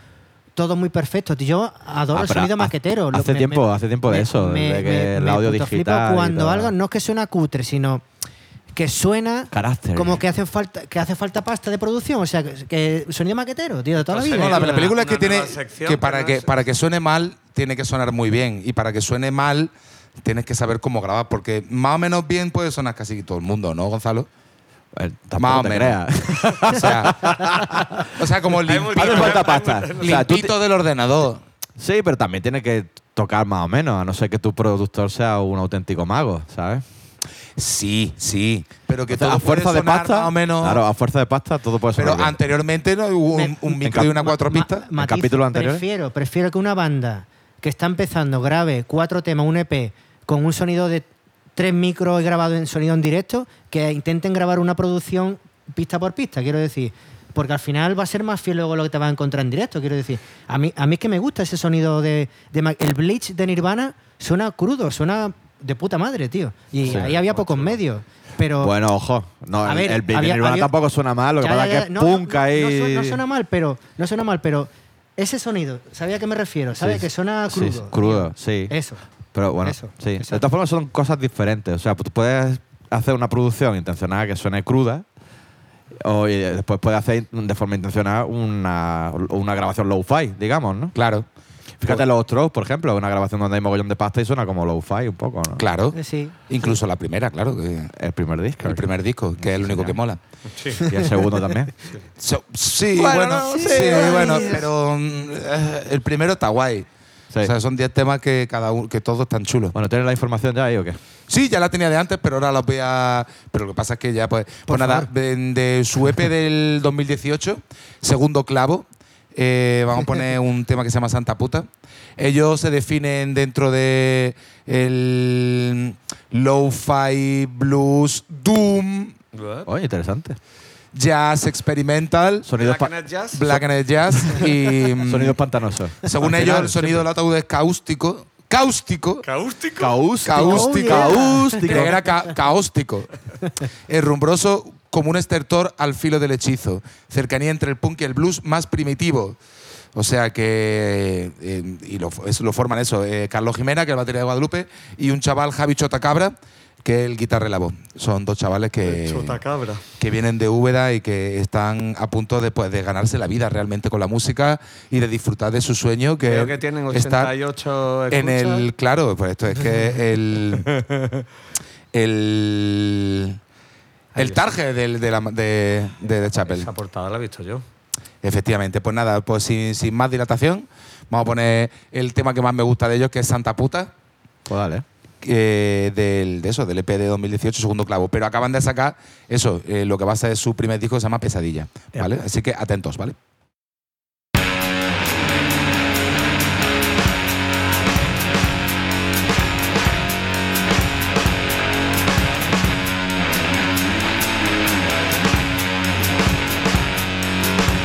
todo muy perfecto. tío. Yo adoro
Ah,
el
pero
sonido
ha-
maquetero. Lo-
hace tiempo- hace tiempo de eso, de que el audio
puto flipo
digital y
Cuando
todo.
algo no es que suena cutre, sino que suena
Carácter.
como que hace falta que hace falta pasta de producción, o sea, que, que sonido maquetero, tío, de toda la
Entonces,
vida.
No, la, la
Una-
película Pues es que
una
tiene
nueva sección
que
que
para
no
que
es-
para que suene mal tiene que sonar muy bien y para que suene mal tienes que saber cómo grabar porque más o menos bien puede sonar casi todo el mundo, ¿no, Gonzalo?
Eh,
Más
Tampoco
o
te
menos.
creas.
O sea, o sea, como limpito,
Hace falta pasta. O sea, tú
limpito del ordenador.
ti- sí, pero también tiene que tocar más o menos, a no ser que tu productor sea un auténtico mago, ¿sabes?
Sí, sí, pero que
O sea,
todo
a
puede
fuerza de
sonar
pasta,
más o menos.
claro, a fuerza de pasta todo puede sonar
pero
bien.
anteriormente no hubo un, un micro y una cuatro
Ma-
pistas.
matizo,
capítulo anterior.
Prefiero, prefiero que una banda que está empezando grave cuatro temas, un EP, con un sonido de tres micros y grabado en sonido en directo, que intenten grabar una producción pista por pista, quiero decir. Porque al final va a ser más fiel luego lo que te vas a encontrar en directo, quiero decir. A mí, a mí es que me gusta ese sonido de, de ma- El Bleach de Nirvana suena crudo, suena de puta madre, tío. Y
Sí,
ahí había pocos medios. Pero
Bueno, ojo. No,
A
el,
ver,
el Blink de
había-
Nirvana
había-
tampoco suena mal, lo que
ya,
pasa
ya,
es que
ya. No,
es
no,
punk
no,
ahí.
No, suena, no suena mal, pero. No suena mal, pero. Ese sonido, ¿sabía a qué me refiero? ¿Sabes?
Sí,
que suena
sí,
crudo.
sí, crudo, sí.
Eso.
Pero bueno,
Eso,
sí.
exacto.
De todas formas son cosas diferentes. O sea, tú puedes hacer una producción intencionada que suene cruda o y después puedes hacer de forma intencionada una, una grabación low-fi, digamos, ¿no?
Claro,
Fíjate los Strokes, por ejemplo, una grabación donde hay mogollón de pasta y suena como low-fi un poco, ¿no?
claro.
Eh, Sí.
Incluso la primera, claro. que-
El primer disco.
El primer disco, que es el único que mola.
Y el segundo también.
So- sí, bueno,
Bueno, no,
sí,
sí, sí.
bueno, pero mm, eh, el primero está guay.
Sí.
O sea, son 10 temas que cada uno, que todos están chulos.
Bueno, ¿tienes la información ya ahí o qué?
Sí, ya la tenía de antes, pero ahora la voy a. Pero lo que pasa es que ya, pues. pues nada, de, de su EP del 2018, segundo clavo, eh, vamos a poner un tema que se llama Santa Puta. Ellos se definen dentro de el lo-fi blues, doom,
Oye, interesante.
jazz experimental,
Sonidos, pa-
Black Jazz.
black and jazz y. mm,
sonidos pantanosos.
Según
Al
ellos,
final,
el sonido del ataúd es cáustico. Cáustico.
Caústico.
Caústico.
Caústico.
Caústico.
Creía que era ca- caóstico. Es rumbroso como un estertor al filo del hechizo. Cercanía entre el punk y el blues más primitivo. O sea que. eh, y lo, es- lo forman eso: eh, Carlos Jimena, que es el batería de Guadalupe, y un chaval, Javi Chotacabra, que es el guitarra y la voz. Son dos chavales que
Chuta cabra.
que vienen de Úbeda y que están a punto de, pues, de ganarse la vida realmente con la música y de disfrutar de su sueño que,
Creo que tienen
estar
88
en
escuchas.
el claro pues esto es que el el el target del- de, la, de, de, de Chapel
Esa portada la he visto yo.
efectivamente pues nada pues sin, sin más dilatación vamos a poner el tema que más me gusta de ellos que es Santa Puta
Pues dale.
eh, del, de eso, del EP de 2018, segundo clavo. Pero acaban de sacar eso, eh, lo que va a ser su primer disco que se llama Pesadilla. ¿Vale? Así que atentos, ¿vale?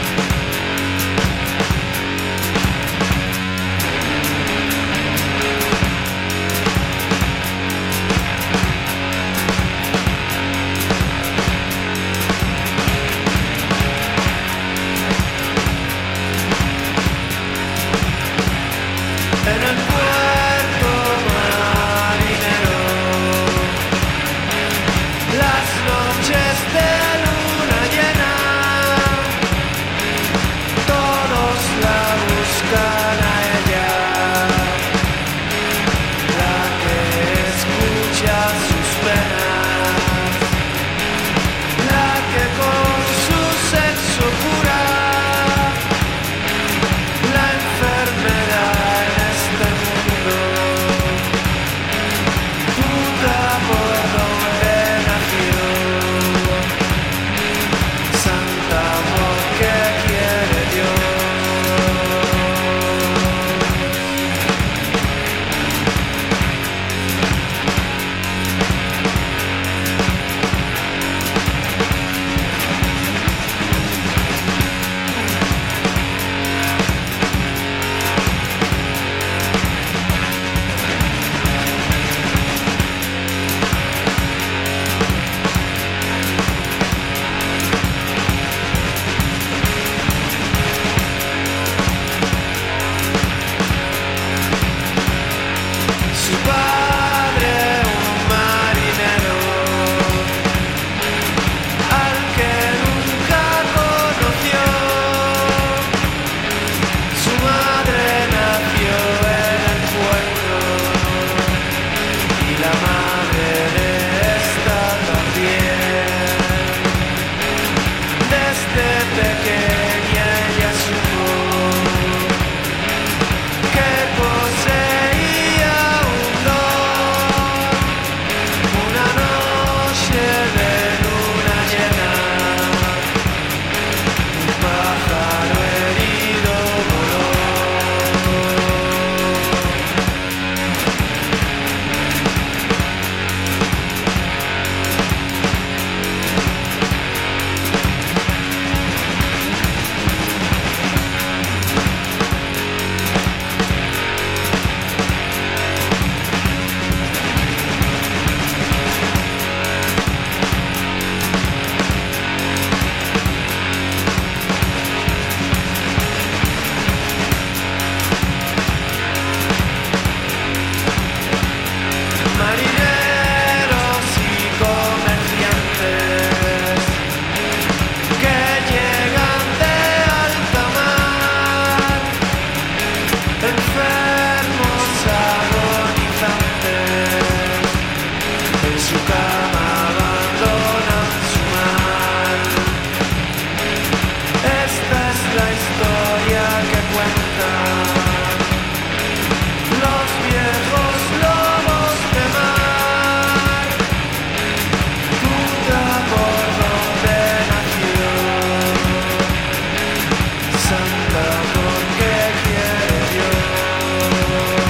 Santa este de pequeña ya supo que poseía un don. Una noche de luna llena, un pájaro herido voló. Marineros y comerciantes que llegan de alta mar, enfermos agonizantes, en su cama abandonan su mar. Esta es la historia que cuentan. Los viejos lobos de mar, nunca por donde nació, santa porque quiere Dios.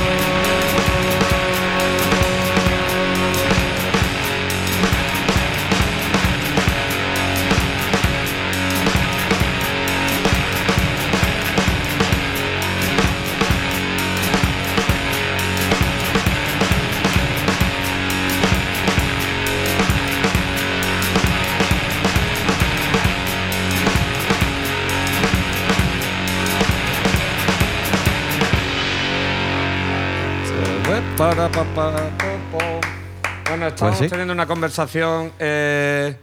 Para, Pues, pa, pa, po, po. Bueno, estamos
sí.
teniendo una conversación eh,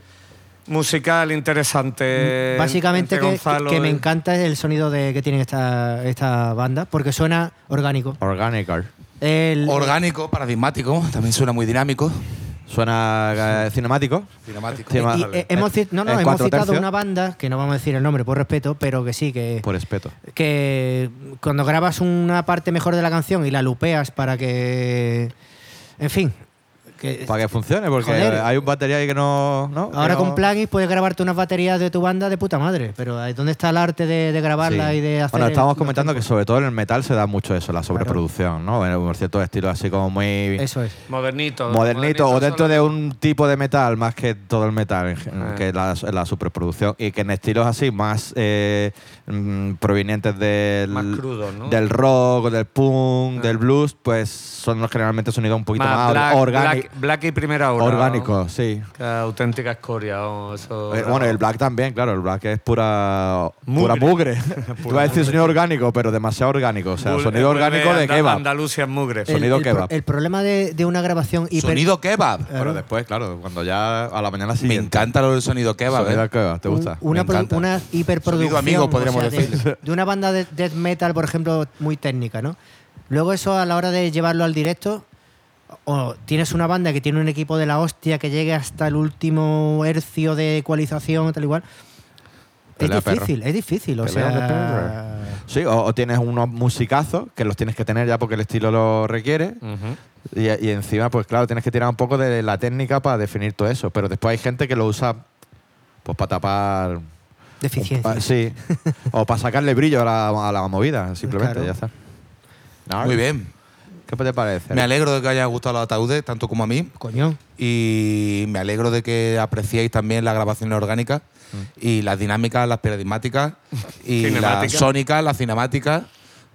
musical interesante.
Básicamente
Eh, entre
que,
Gonzalo
que me
y-
encanta el sonido de, que tienen esta, esta banda, porque suena orgánico.
Organic Art.
El,
Orgánico, paradigmático, también suena muy dinámico.
Suena eh, cinemático.
Cinemático.
Sí,
y,
más-
eh, hemos, ci- no, no,
en
hemos
cuatro
citado
tercios.
una banda, que no vamos a decir el nombre por respeto, pero que sí, que,
Por espeto.
que cuando grabas una parte mejor de la canción y la lupeas para que... En fin. Que,
Para que funcione, porque
Joder.
hay un batería ahí que no. ¿no? Que
Ahora
no-
con plugins puedes grabarte unas baterías de tu banda de puta madre, pero ahí ¿dónde está el arte de, de grabarla
Sí.
y de hacer?
Bueno,
el-
estábamos
los
comentando que
tempos?
sobre todo en el metal se da mucho eso, la sobreproducción, ¿no? En un cierto estilo así como muy
Eso es.
Modernito.
modernito o dentro
solo.
de un tipo de metal más que todo el metal, en gen-
Ah.
que la, la superproducción. Y que en estilos así más eh, mm, provenientes del,
Más crudos, ¿no?
del rock, del punk,
Ah.
del blues, pues son generalmente sonidos un poquito
Más
más,
black,
orgáni-
black- black y primera hora.
orgánicos, sí.
¿no? Que auténtica escoria. ¿no? Eso,
Eh, Bueno, el black también, claro, el black es pura mugre. Pura mugre. Tú vas a decir sonido orgánico, pero demasiado orgánico. O sea,
Bull-
sonido
vuelve
orgánico de
Anda-
kebab.
Andalucía en mugre.
El- sonido
el,
que
pro-
va.
el problema de, de una grabación hiper.
Sonido kebab.
Pero después, claro, cuando ya a la mañana
Me
siguiente.
encanta lo del sonido
Sonido
kebab. ¿eh?
al kebab, ¿Te
un-
gusta?
una,
me
pro-
encanta.
una hiperproducción.
Sonido amigo,
o sea,
podríamos
de-
decirle.
De, una banda de death metal, por ejemplo, muy técnica, ¿no? Luego, eso a la hora de llevarlo al directo, o tienes una banda que tiene un equipo de la hostia que llegue hasta el último hercio de ecualización, tal igual. Es
Pelea, perro.
difícil, es difícil, o
Pelea de
sea.
Sí, o, o tienes unos musicazos que los tienes que tener ya porque el estilo lo requiere.
Ujú.
Y, y encima, pues claro, tienes que tirar un poco de la técnica para definir todo eso. Pero después hay gente que lo usa pues para tapar.
Deficiencia.
pa- sí. o para sacarle brillo a la, a la movida, simplemente,
Pues Claro.
ya está. Nar,
Muy bien.
¿Qué te parece?
Me alegro de que haya gustado los ataúdes, tanto como a mí.
Coño.
Y me alegro de que apreciéis también las grabaciones orgánicas y las dinámicas, las paradigmáticas y las
Cinemáticas.
sónicas, las cinemáticas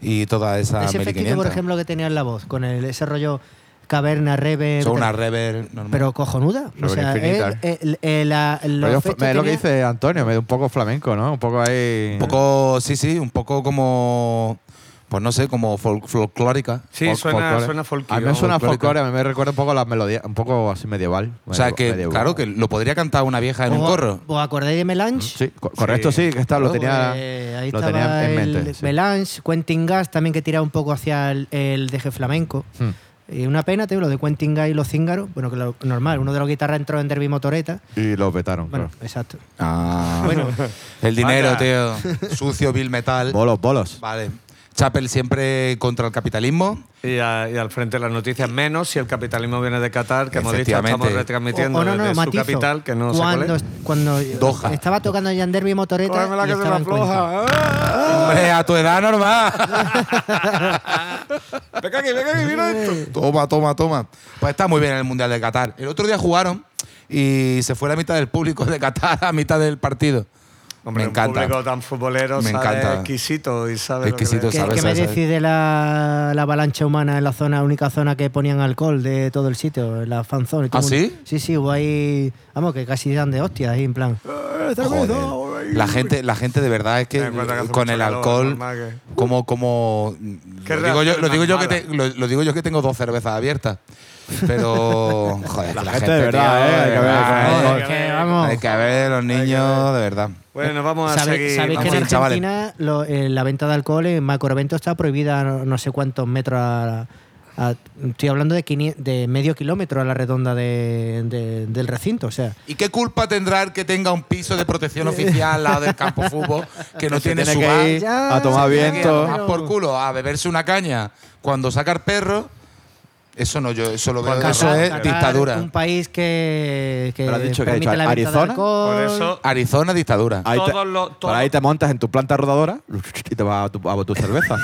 y toda esa
Ese efectito, por
1500.
ejemplo, que tenía en la voz, con el, ese rollo caverna, reverb.
Son una
tal.
rever normal.
Pero cojonuda. O
Reverb
sea,
infinita.
el- el- el- la- los
Rollo
efectos
fla- es lo que
tenía-
dice Antonio, medio un poco flamenco, ¿no? Un poco ahí.
un poco, sí, sí, un poco como, pues no sé, como fol- folclórica.
Sí,
Fol-
suena,
folclore.
suena folky,
A mí me
vamos.
suena
folclórica.
folclore, a mí me recuerda un poco las melodías, un poco así medieval.
O sea, que
medieval.
claro, que lo podría cantar una vieja en un
Oh.
¿Os-
corro.
¿Os acordáis de Melange?
Sí, co- correcto, sí, que está, lo tenía,
Eh, ahí
lo
estaba
tenía en
el
mente. sí.
Melange, Quentin Gas también que tira un poco hacia el, el deje flamenco.
Hmm.
Y una pena, te digo, lo de Quentin Guy y los cíngaros. Bueno, que lo normal, uno de los guitarras entró en Derby Motoreta.
Y lo petaron,
Bueno,
claro.
exacto.
Ah.
Bueno,
El dinero,
Vaya.
tío. Sucio, vil metal.
Bolos, bolos.
Vale. Chapel siempre contra el capitalismo.
Y, a- y al frente de las noticias menos si el capitalismo viene de Qatar, que hemos dicho
Efectivamente.
estamos retransmitiendo
o- o Oh, no, no,
desde su
matizo.
capital, que no sé cuál
cuando,
es.
cuando
Doha.
estaba tocando ya en Derby Motoreta.
Cógemela
y
que se me
estaba en Cuenca.
afloja. ¡Ah!
Hombre, a tu edad normal.
Venga aquí, venga aquí, mira esto.
toma, toma, toma. Pues está muy bien el Mundial de Qatar. El otro día jugaron y se fue la mitad del público de Qatar a mitad del partido.
Hombre,
me encanta.
un público tan futbolero,
Me
sabe,
encanta.
exquisito y sabe
Exquisito,
lo que
¿Qué,
le-
sabe.
qué me
sabes.
decís de la, la avalancha humana en la zona, única zona que ponían alcohol de todo el sitio, en la fanzone? y todo
¿Ah,
el mundo-
sí?
Sí, sí, hubo ahí, vamos, que casi dan de hostias ahí, en plan.
Joder. La gente, la gente de verdad es que
Ten en
Eh,
cuenta que hace
con
mucho
el
calor,
alcohol,
normal
como, como
Qué
lo digo yo,
reacción
lo digo yo que
más
te- lo, lo digo yo que tengo dos cervezas abiertas, pero joder, la,
gente de verdad,
tío,
eh, hay
de
que ver,
verdad,
con
eh.
alcohol.
Joder, que vamos.
Hay que ver los niños, de verdad.
Bueno, vamos a
¿Sabéis,
seguir.
sabéis que en
vamos a ir, chavales.
Argentina lo- eh, la venta de alcohol en macroeventos está prohibida a no, no sé cuántos metros a, a- estoy hablando de, 500 de medio kilómetro a la redonda de- de- del recinto, o sea,
¿Y qué culpa tendrá el que tenga un piso de protección oficial al lado del campo fútbol que no
Se
tiene,
tiene
su
que
bar?
ir
Ya,
a tomar
se tiene que ir a
viento.
tomar-
Más por culo a beberse una caña cuando saca el perro. Eso no, yo eso lo veo.
Qatar-
eso es
Qatar,
dictadura.
Un país que, que
Pero has dicho que ha
Eh, permite
dicho
la venta de
Arizona.
alcohol.
Por eso,
Arizona, dictadura.
Ahí te,
Todos los-
por ahí te montas en tu planta rodadora y te vas a tu, a tu cerveza.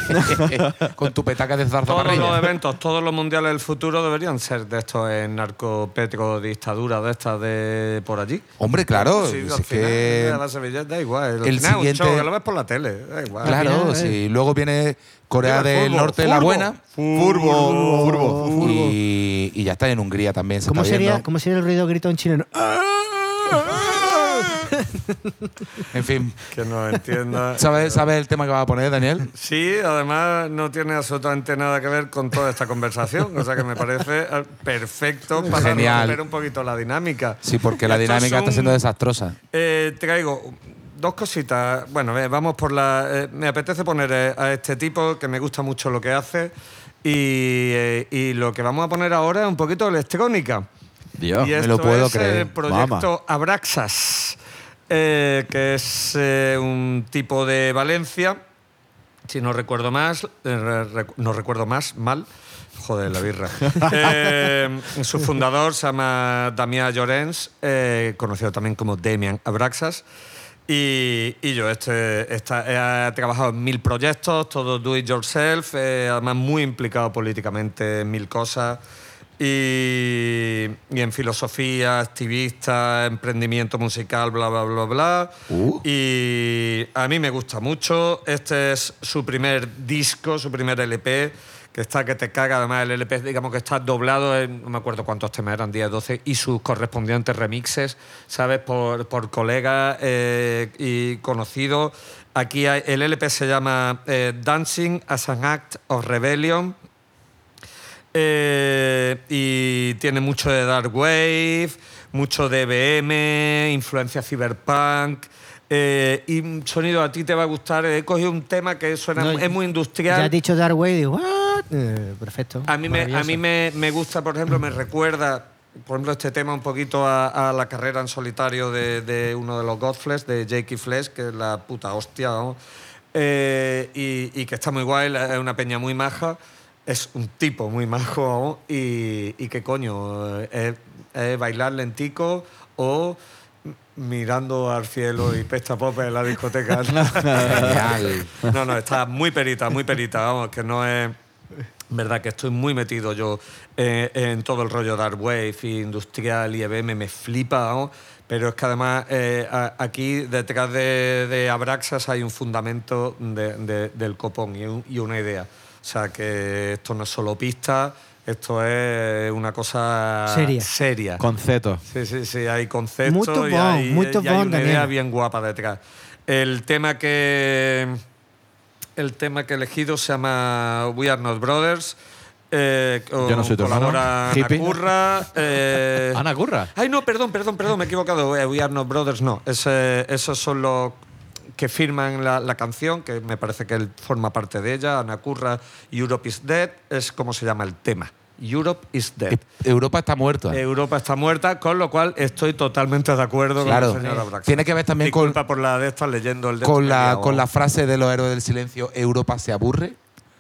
Eh, Con tu petaca de zarza
todos los
parrilla.
eventos, todos los mundiales del futuro deberían ser de estos en narcopetro, dictadura de estas de por allí.
Hombre, claro.
Sí,
si
al
es
final,
que-
mira, la Sevilla, da igual. Al final
el
es un
siguiente-
show que lo ves por la tele, da igual.
claro,
final,
si
eh.
luego viene Corea
Mira,
del
furbo,
Norte, la
furbo.
buena.
Furbo, furbo,
Y, y ya está en Hungría también. Se
¿Cómo
está
sería,
viendo.
¿Cómo sería el ruido grito en chileno?
En fin,
Que no entienda.
¿sabes, ¿sabes el tema que va a poner, Daniel?
Sí, además no tiene absolutamente nada que ver con toda esta conversación, o sea que me parece ah, perfecto para
Genial.
romper un poquito la dinámica.
Sí, porque la
Estos
dinámica está
son-
siendo desastrosa.
Eh, traigo dos cositas. Bueno, ve, vamos por la. eh, me apetece poner eh, a este tipo que me gusta mucho lo que hace. Y, eh, y lo que vamos a poner ahora es un poquito electrónica.
Dios.
y
me
esto
lo puedo
es
creer.
el proyecto Abraxas, eh, que es eh, un tipo de Valencia. Si no recuerdo más, eh, re- recu- no recuerdo más, mal. Joder, la birra. Eh, su fundador se llama Damián Llorens, eh, conocido también como Damian Abraxas. Y, y yo, este está, he trabajado en mil proyectos, todo do it yourself, eh, además muy implicado políticamente en mil cosas. Y, y en filosofía, activista, emprendimiento musical, bla, bla, bla, bla.
Uh.
Y a mí me gusta mucho. Este es su primer disco, su primer LP, que está que te caga. Además, el LP, digamos que está doblado en, no me acuerdo cuántos temas eran, 10, 12, y sus correspondientes remixes, ¿sabes? Por, por colegas eh, y conocidos. Aquí hay- el LP se llama eh, Dancing as an Act of Rebellion. Eh, y tiene mucho de Dark Wave, mucho de BM, influencia cyberpunk. eh, y un sonido a ti te va a gustar. He cogido un tema que suena,
No,
es muy industrial.
Ya has dicho Dark Way, digo, "What?". Eh, perfecto.
A mí, me, a
maravilloso.
mí me, me gusta, por ejemplo, me recuerda, por ejemplo, este tema un poquito a, a la carrera en solitario de, de uno de los Godflesh, de Jakey Flesh, que es la puta hostia, vamos. Eh, y, y que está muy guay, la- es una peña muy maja, es un tipo muy majo, vamos, y, y que coño, eh, es, es bailar lentico o mirando al cielo y pesta pop en la discoteca.
Genial.
No, no, está muy perita, muy perita, vamos, que no es... Verdad que estoy muy metido yo eh, en todo el rollo Dark Wave, industrial, IBM, me flipa, vamos. Pero es que además eh, a- aquí detrás de, de Abraxas hay un fundamento de- de- del copón y, un- y una idea. O sea que esto no es solo pista, esto es una cosa
Seria.
seria.
Concepto.
Sí, sí, sí, hay conceptos
Muy
y
bon,
hay,
muy
y
bon,
hay una idea
Daniel.
bien guapa detrás. El tema que el tema que he elegido se llama We Are Not Brothers. eh,
Yo no soy tu hermano.
colabora Ana
Hippie.
Curra, eh,
Ana Curra.
Ay, no, perdón, perdón, perdón, me he equivocado. Eh, We Are Not Brothers, no. Ese- esos son los que firman la, la canción, que me parece que él forma parte de ella, Ana Curra, Europe is Dead, es como se llama el tema. Europe is dead.
Europa está muerta.
Europa está muerta, con lo cual estoy totalmente de acuerdo
Claro.
con la señora Braxton.
Tiene que ver también con-
Disculpa por la de estas leyendo el de
con, la,
Wikipedia o-
con la frase de los héroes del silencio, Europa se aburre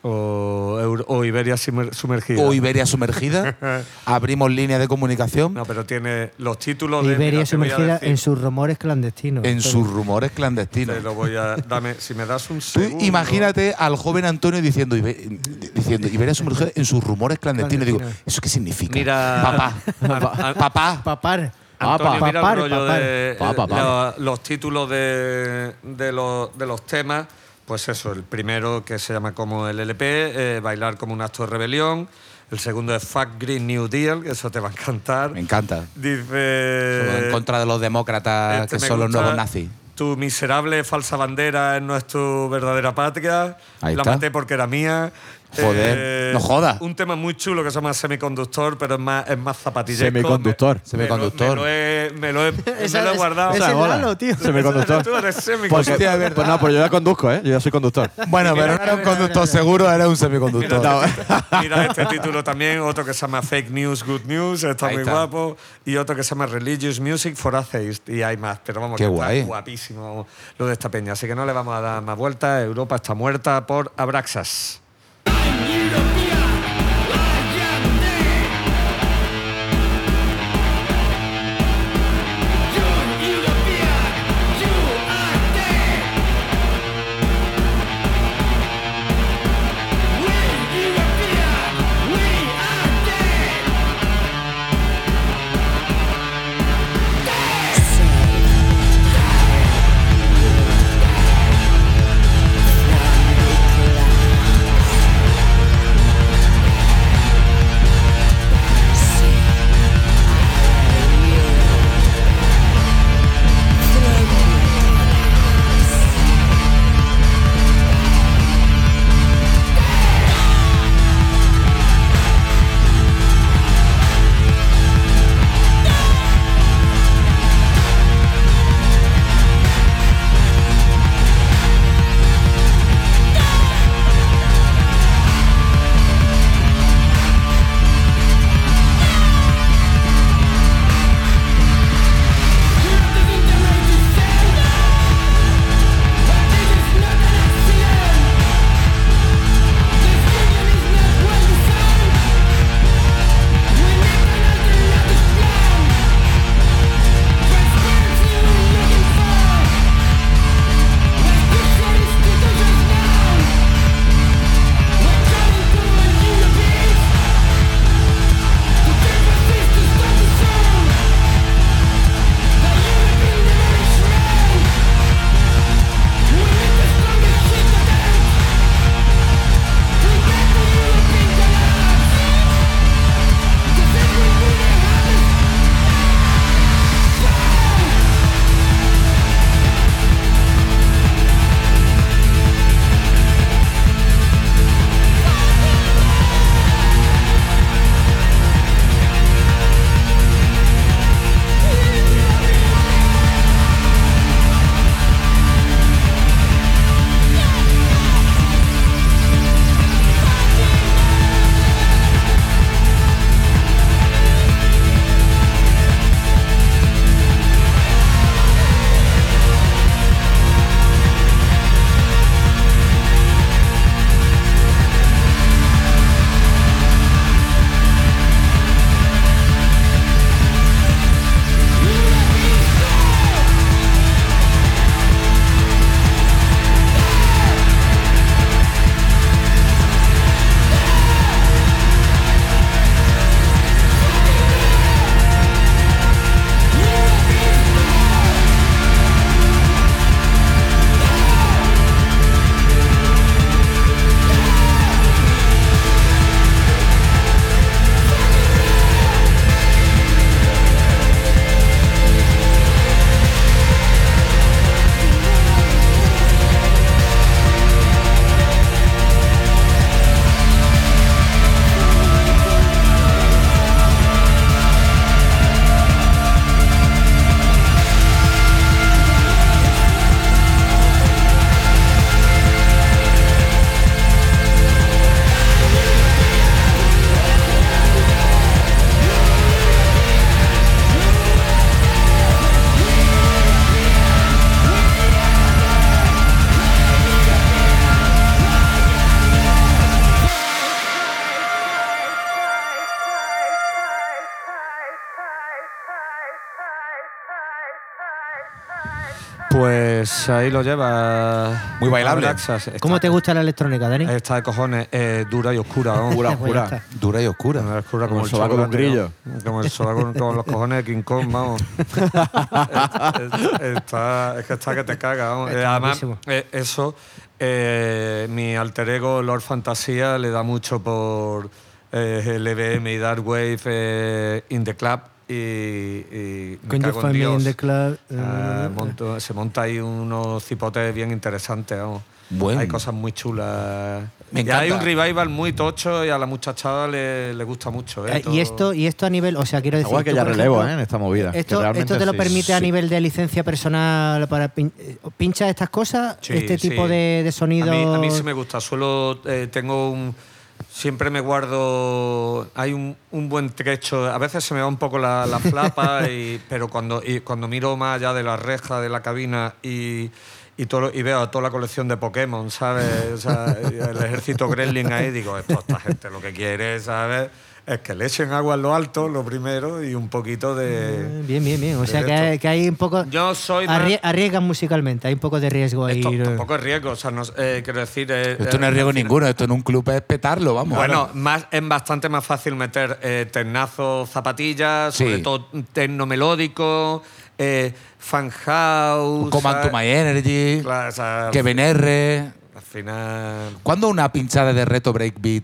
o, Euro- o Iberia sumer- sumergida.
o Iberia sumergida. Abrimos líneas de comunicación
no, pero tiene los títulos de
Iberia
mira, te voy a
sumergida
decir,
en sus rumores clandestinos.
en
Esto-
sus rumores
te
clandestinos.
lo voy a dame si me das un
Tú
segundo.
imagínate al joven Antonio diciendo, Ibe- diciendo Iberia sumergida en sus rumores clandestinos. Digo,
Clandestinos.
¿eso qué significa?
Mira,
Papá.
a- a-
Papá.
Papar.
Antonio, mira
Papar,
el rollo
papar.
de
Papá, papá.
la- los títulos de, de los, de los temas. Pues eso, el primero que se llama como el LP, eh, Bailar como un acto de rebelión. El segundo es Fuck Green New Deal, que eso te va a encantar.
Me encanta.
Dice...
en contra de los demócratas
Eh, este
que
me
son los
gusta,
nuevos nazis.
Tu miserable falsa bandera no es tu verdadera patria.
Ahí
la
está.
maté porque era mía. Eh,
Joder, no jodas.
Un tema muy chulo que se llama semiconductor, pero es más, es más zapatillesco.
Semiconductor.
Me- me lo-
Semiconductor.
Me lo he, me lo he, me lo he
es-
guardado.
esa
Esa
es
bola.
Lalo, tío.
Se me conductor.
Tú eres
Porque-
semiconductor.
Hostia, es verdad.
pues no, pero yo ya conduzco, ¿eh? Yo ya soy conductor.
Bueno, pero no era un conductor seguro, era un semiconductor.
Mira este título también, otro que se llama Fake News, Good News, está
Ahí
muy
está.
guapo. Y otro que se llama Religious Music for Atheists, y hay más, pero vamos,
Qué
que
guay.
está guapísimo lo de esta peña. Así que no le vamos a dar más vueltas, Europa está muerta por Abraxas.
From the collapse.
Pues ahí lo lleva.
Muy bailable.
Abraxas. Está-
¿Cómo te gusta la electrónica, Dani?
Está de cojones, eh, dura y oscura. vamos.
Oscura,
Pues ya
oscura.
está.
Dura y oscura.
Una oscura
Como
como,
el sobaco de un
chocolate, ¿no? Como el sobaco con, con los cojones de King Kong, vamos. Es- es- está, es que está que te caga, vamos.
Está
Eh, además,
guapísimo.
eh, eso, eh, mi alter ego Lord Fantasía le da mucho por eh, LBM y Dark Wave eh, in the club y, y me
Can you
cago en
find me
Dios.
in the club? eh,
Ah, monto- se monta ahí unos cipotes bien interesantes, vamos.
Bueno.
Hay cosas muy chulas.
Me
Y hay
encanta.
un revival muy tocho y a la muchachada le, le gusta mucho. ¿eh?
Eh, y esto y esto a nivel, o sea, quiero decir,
Igual que
tú,
ya
por
relevo,
ejemplo,
¿eh? En esta movida. que
Esto,
realmente
esto te lo
sí.
permite a
Sí.
nivel de licencia personal para pin- eh, pincha estas cosas,
Sí,
este
sí.
tipo de, de sonido.
A mí, a mí sí me gusta. Suelo. eh, tengo un. Siempre me guardo. Hay un, un buen trecho. A veces se me va un poco la, la flapa, y- pero cuando, y cuando miro más allá de la reja de la cabina y. Y, todo, lo- y veo a toda la colección de Pokémon, ¿sabes? O sea, el ejército Gremlin ahí, digo, esto esta gente lo que quiere, ¿sabes? Es que le echen agua en lo alto, lo primero, y un poquito de...
Eh, Bien, bien, bien. O sea, que
Directo.
hay, que hay un poco.
Yo soy más-
arrie- Arriesgan musicalmente, hay un poco de riesgo ahí.
Esto
¿no?
tampoco es riesgo, o sea, no, eh, quiero decir... eh,
Esto no
eh,
es riesgo
al final-
ninguno, esto en un club es petarlo, vamos.
Bueno, más, es bastante más fácil meter eh, ternazos, zapatillas,
Sí.
sobre todo tecno melódico, eh, fan house.
Command to
¿sabes?
My Energy,
Claro, o sea,
Kevin R.
Al final.
¿Cuándo una pinchada de reto breakbeat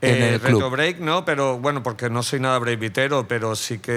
en
Eh,
el
Retro
club?
Break, no, pero bueno, porque no soy nada breakbeatero, pero sí que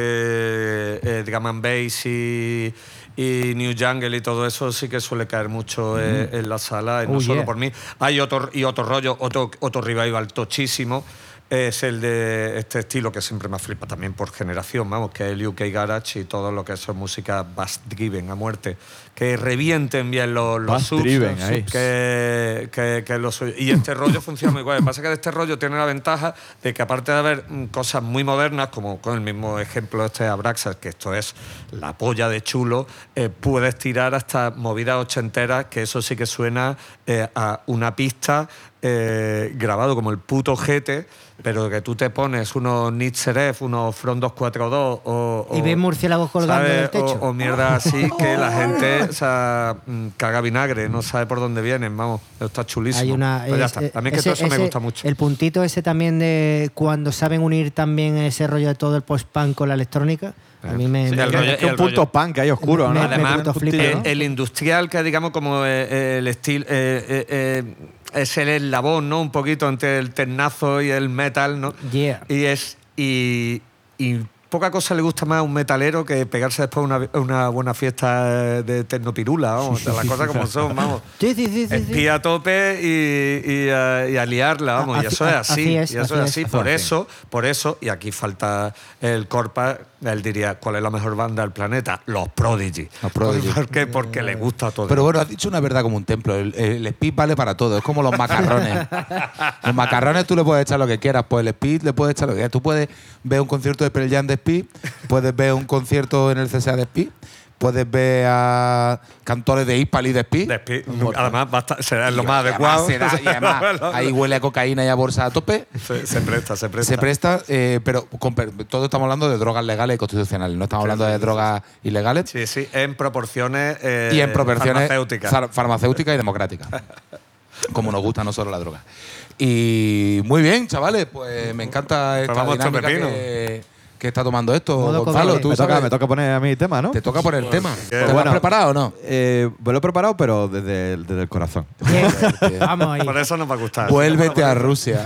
eh, Drum and Bass y, y New Jungle y todo eso sí que suele caer mucho eh, en la sala, y no
Oh,
solo
yeah.
por mí. Hay otro, y otro rollo, otro, otro revival tochísimo, es el de este estilo que siempre me flipa también por generación, vamos, que es el UK Garage y todo lo que son música bass driven a muerte, que revienten bien los, los
Bass
subs,
driven,
que-
ahí.
que, que- que lo suyo. Y este rollo funciona muy igual. Lo que pasa es que de este rollo tiene la ventaja de que aparte de haber mm, cosas muy modernas, como con el mismo ejemplo este de Abraxas, que esto es la polla de chulo, eh, puedes tirar hasta movidas ochenteras, que eso sí que suena eh, a una pista eh, grabado como el puto jete, pero que tú te pones unos Nitzeref, unos Front 242 o...
Y
o-
ves murciélagos colgando
¿sabes?
del techo.
O, o mierda así que la gente o sea, mm, caga vinagre, no sabe por dónde vienen, vamos. Pero Está chulísimo.
Hay una,
Pero ya
es-
está. A mí es que
ese-
todo eso me
ese-
gusta mucho.
El puntito ese también de cuando saben unir también ese rollo de todo el post-punk con la electrónica. A mí me.
Sí,
me-
el
Es
rollo-
que
y
un punto
rollo.
punk ahí oscuro,
Me-
¿no?
me-
Además,
puto flipa,
el,
¿no?
el industrial que digamos como eh, eh, el estilo eh, eh, eh, es el eslabón, ¿no? Un poquito entre el ternazo y el metal, ¿no?
Yeah.
Y es y, y poca cosa le gusta más a un metalero que pegarse después una, una buena fiesta eh, de tecnopirula, vamos, de las cosas como son, vamos.
Sí, sí, sí, sí, sí.
Espía a tope y, y a, y a liarla, vamos.
A-
y
así-
eso es
a-
así.
así es,
y eso
así
es
es.
así. Por
Así.
eso, por eso, y aquí falta el Corpa, él diría, ¿cuál es la mejor banda del planeta? Los Prodigy.
Los Prodigy.
¿Por qué? Porque le gusta todo.
Pero bueno, has dicho una verdad como un templo. El, el speed vale para todo. Es como los macarrones. los macarrones tú le puedes echar lo que quieras. Pues el speed le puedes echar lo que quieras. Tú puedes ver un concierto de Pearl Jam de speed. Puedes ver un concierto en el CSA de speed. Puedes ver a cantores de Hispali de speed.
Despi- además, basta- será lo
Y
más
además
adecuado.
se da- y además ahí huele a cocaína y a bolsa a tope.
se, se presta, se presta.
Se presta, eh, pero con per- todo estamos hablando de drogas legales y constitucionales. No estamos hablando de drogas ilegales.
Sí, sí, en proporciones. eh,
y en proporciones
Farmacéuticas.
far- farmacéuticas y democráticas. Como nos gusta a nosotros la droga. Y muy bien, chavales, pues me encanta esta
vamos,
dinámica
Chopepino.
que, que está tomando esto.
Modo
Gonzalo,
cobarde.
tú
me, toca,
sabes,
me toca poner a mí el tema, ¿no? Pues
te toca por el
Pues
tema. ¿Te lo
Bueno.
has preparado o no?
Eh, me lo he preparado, pero desde, el- desde el corazón.
Bien. Vamos ahí.
Por eso nos va a gustar.
Vuélvete a Rusia.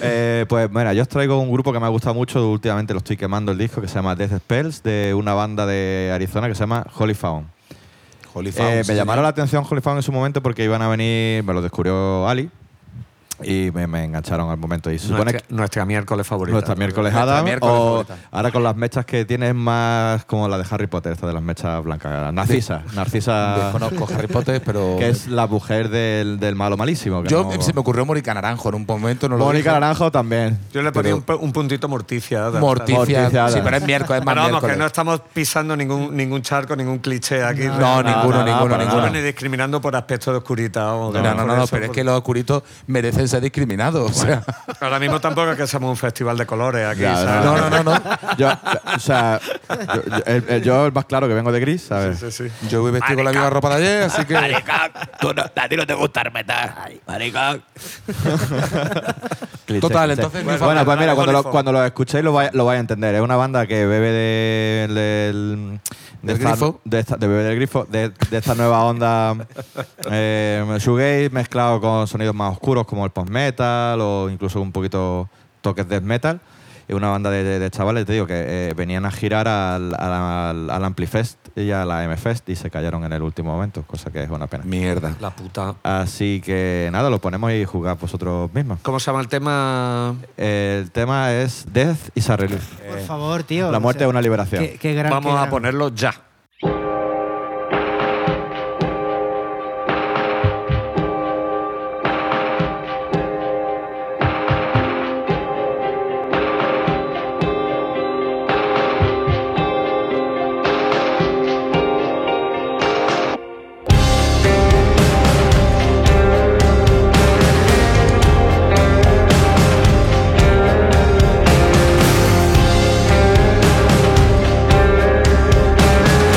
Eh, pues mira, yo os traigo un grupo que me ha gustado mucho, últimamente lo estoy quemando el disco, que se llama Death Spells, de una banda de Arizona que se llama Holy Faun.
Holy
Eh,
Faust,
me
señor.
llamaron la atención Holy Faun en su momento porque iban a venir, me lo descubrió Ali, y me, me engancharon al momento. Y se supone
Nuestra,
que
nuestra miércoles favorita.
nuestra miércoles
Nuestra
Adam,
miércoles
o
favorita.
ahora con las mechas que tienes más como la de Harry Potter, esta de las mechas blancas, Narcisa, Narcisa,
Desconozco Harry Potter, pero.
que es la mujer del, del malo malísimo. que
Yo eh,
no-
se me ocurrió Mónica Naranjo en un momento. No lo
Mónica
dije.
Naranjo también.
Yo le ponía
Pero-
un, pe- un puntito morticia. ¿eh? Adam.
Morticia.
Morticia
Sí,
Adams.
pero es miércoles, es más
Pero vamos,
miércoles.
que Ah, no estamos pisando ningún, ningún charco, ningún cliché aquí.
No,
nada,
ninguno, ninguno,
para
Estamos
ninguno.
ni discriminando por aspecto de oscuridad. vamos,
No,
vamos,
no,
por
no, no,
eso,
pero es
por-
que los oscuritos merecen se ha discriminado. O sea,
Ahora mismo tampoco es que seamos un festival de colores aquí.
Ya,
¿sabes?
no, no, no, no.
Yo, o sea, yo, yo- el, el- yo el más claro que vengo de gris, ¿sabes?
Sí, sí.
Yo voy vestido con la misma ropa de ayer, así que.
Cliché,
Total,
cliché.
entonces,
Bueno,
New
bueno,
Found-
pues mira,
New
cuando lo,
Found.
cuando lo escuchéis lo vais lo vais a entender. Es una banda que bebe de- del. de
Del
esta-
grifo.
De, esta, de bebe del grifo, de, de esta nueva onda eh, shoegaze mezclado con sonidos más oscuros como el post-metal o incluso un poquito toques de metal. Es una banda de, de- de chavales, te digo, que eh, venían a girar al, al, al Amplifest y a la MFest y se callaron en el último momento, cosa que es una pena.
Mierda.
La puta.
Así que nada, lo ponemos y jugad vosotros mismos.
¿Cómo se llama el tema?
El tema es Death is a Relief.
Por
Eh,
favor, tío.
la
o
muerte
sea,
es una liberación.
qué- qué gran- qué
Vamos a
gran-
ponerlo ya.
Death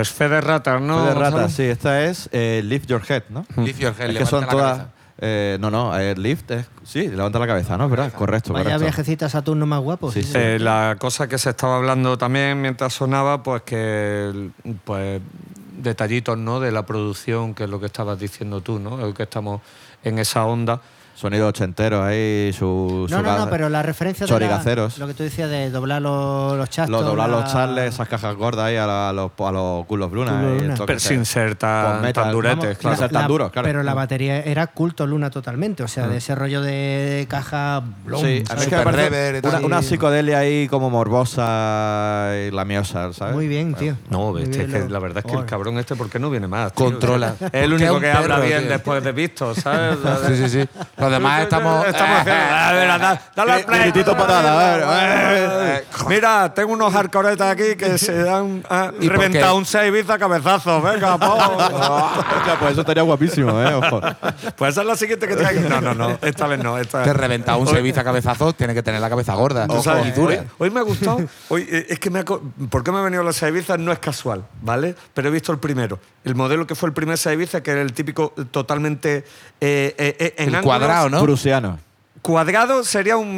es Fede Pues Ratas, ¿no?
Fue de rata,
Gonzalo?
sí. Esta es eh, Lift Your Head, ¿no?
Lift your
Es
head,
que
levanta
son
la
todas.
cabeza.
eh, no, no, eh, Lift es. Sí, levanta la cabeza, ¿no? Es ¿Verdad? Correcto,
Vaya
correcto.
viajecita a Saturno más guapo.
Sí,
sí,
sí.
sí.
Eh, la cosa que se estaba hablando también mientras sonaba, pues que pues detallitos, ¿no? De la producción, que es lo que estabas diciendo tú, ¿no? El que estamos en esa onda.
Sonido ochentero ahí, su. su
No, no,
ga-
no, pero la referencia de la,
Chorigaceros.
lo que tú decías de doblar los, los chastos.
Lo doblar
la-
los charles, esas cajas gordas ahí a, la- a los, a los culos Bruna.
Culo
ahí,
Bruna.
el toque
Pero
ese.
sin ser
Con
tan,
metal,
tan duretes,
vamos,
claro.
sin ser tan duros, claro. Mm.
Pero la batería era culto Luna totalmente, o sea, de ese rollo de caja blum,
Sí, a mí
¿sabes?
es que me
Super
parece
rever y
una,
tal.
una psicodelia ahí como morbosa y lamiosa, ¿sabes?
Muy bien, tío.
No,
Muy
este,
bien
es que
lo-
la verdad es que el
Joder.
cabrón este, ¿por qué no viene más? tío?
Controla.
Es
Porque es
el único
un
que habla
perro,
bien
tío.
después de visto, ¿sabes?
Sí, sí, sí. Los demás estamos. eh,
Estamos eh, haciendo- Dale, dale, dale al play.
Gritito patata, a ver, a ver.
Mira, tengo unos hardcoretas aquí que se han han
¿Y por qué?
reventado un 6 bits a cabezazos. Venga, po.
Hostia, pues eso estaría guapísimo, ¿eh? Ojo.
Pues esa es la siguiente que traigo. No, no, no. Esta vez no. Esta
Te reventa un servicio a cabezazos, tiene que tener la cabeza gorda
Tú sabes,
y ¿eh? dura.
Hoy, hoy me ha gustado. eh. Hoy, eh, es que me ha, co- ¿Por qué me ha venido la Saebiza? No es casual, ¿vale? Pero he visto el primero. El modelo que fue el primer Saebiza, que era el típico eh, totalmente. eh, eh, eh, en
El
ángulos-
cuadrado, ¿no?
Prusiano.
Cuadrado sería un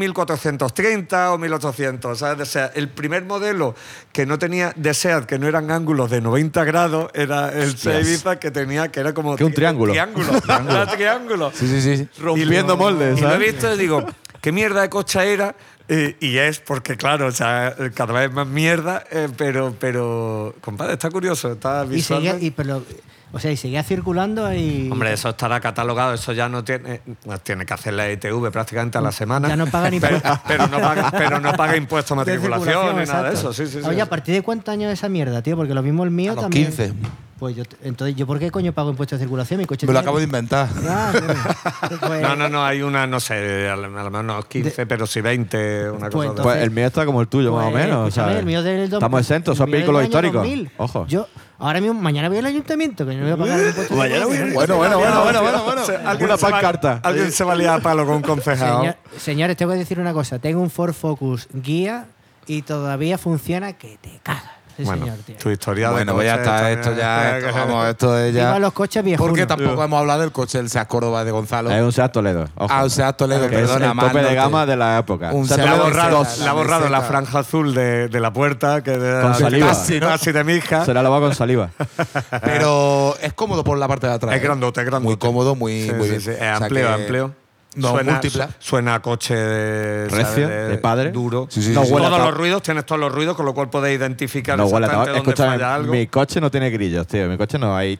1430 o 1800. ¿sabes? O sea, el primer modelo que no tenía de SEAT, que no eran ángulos de 90 grados, era el Saebiza que tenía, que era como.
Que un
tri-
triángulo.
Triángulo. era triángulo.
Sí, sí, sí.
Rompiendo
Y lo-
moldes,
Y lo he
¿sabes?
visto y digo, ¿qué mierda de cocha era? Eh, y es porque, claro, o sea, cada vez más mierda, eh, pero, pero, compadre, está curioso, está
Y
visual.
seguía, y, pero, o sea, y seguía circulando y.
Hombre, eso estará catalogado, eso ya no tiene, no tiene que hacer la ITV prácticamente a la semana.
Ya no paga ni
pero,
impuestos.
pero no paga, pero no paga impuesto a
de
matriculación ni nada de
exacto.
eso, sí, sí, sí.
Oye, ¿a partir de cuántos años esa mierda, tío? Porque lo mismo el mío
A los
también.
15.
Pues yo, entonces, ¿yo por qué coño pago impuestos de circulación? Mi coche
Me lo
tiene-
acabo de inventar.
Ah, coño. Pues-
No, no, no, hay una, no sé, a lo a lo mejor no 15, pero sí 20, una
Pues
cosa de-
entonces-
Pues el mío está como el tuyo, más o
Pues,
menos.
escúchame,
¿sabes?
el mío del dos-
Estamos exentos,
el
son
mío del
vehículos
año
históricos.
2000.
Ojo.
Yo, ahora mismo, mañana voy al ayuntamiento, que no voy a pagar impuestos.
Mañana voy al
Señor-
Bueno, bueno, bueno, bueno, bueno, bueno.
O sea, alguien
Una
se va-
pancarta.
Alguien se valía a palo con un concejal.
señores, tengo que decir una cosa. Tengo un Ford Focus guía y todavía funciona que te cagas. Sí,
Bueno,
señor, tío.
tu historia de
Bueno, pues ya
coches
está,
también-
esto ya, esto, vamos, esto es
Viva
ya.
los coches viejos.
Porque tampoco hemos hablado del coche del Seat Córdoba de Gonzalo.
Es un Seat Toledo. Ojo.
Ah, un Seat Toledo,
Que es
perdona,
el tope
mano,
de
tío.
gama de la época.
Un
Seat
Le ha
Toledo
borrado,
meseta,
le ha borrado
meseta.
la franja azul de, de la puerta que de,
Con
de-
saliva.
casi, ¿no? Casi de mi hija.
Se la lava con saliva.
Pero es cómodo por la parte de atrás.
Es
¿eh?
grandote, es grandote.
Muy cómodo, muy,
Sí,
muy
sí,
bien.
sí, es
O sea
amplio,
que-
amplio.
No,
suena,
múltipla.
su- Suena a coche de, ¿sabes?
Recio, de padre.
Duro.
Sí, sí,
no
sí, sí.
huele a
todos
tap-
los ruidos, tienes todos los ruidos, con lo cual podéis identificar
No huele a
exactamente
tabaco.
dónde falla
Escúchame,
algo.
mi coche no tiene grillos, tío. Mi coche no hay,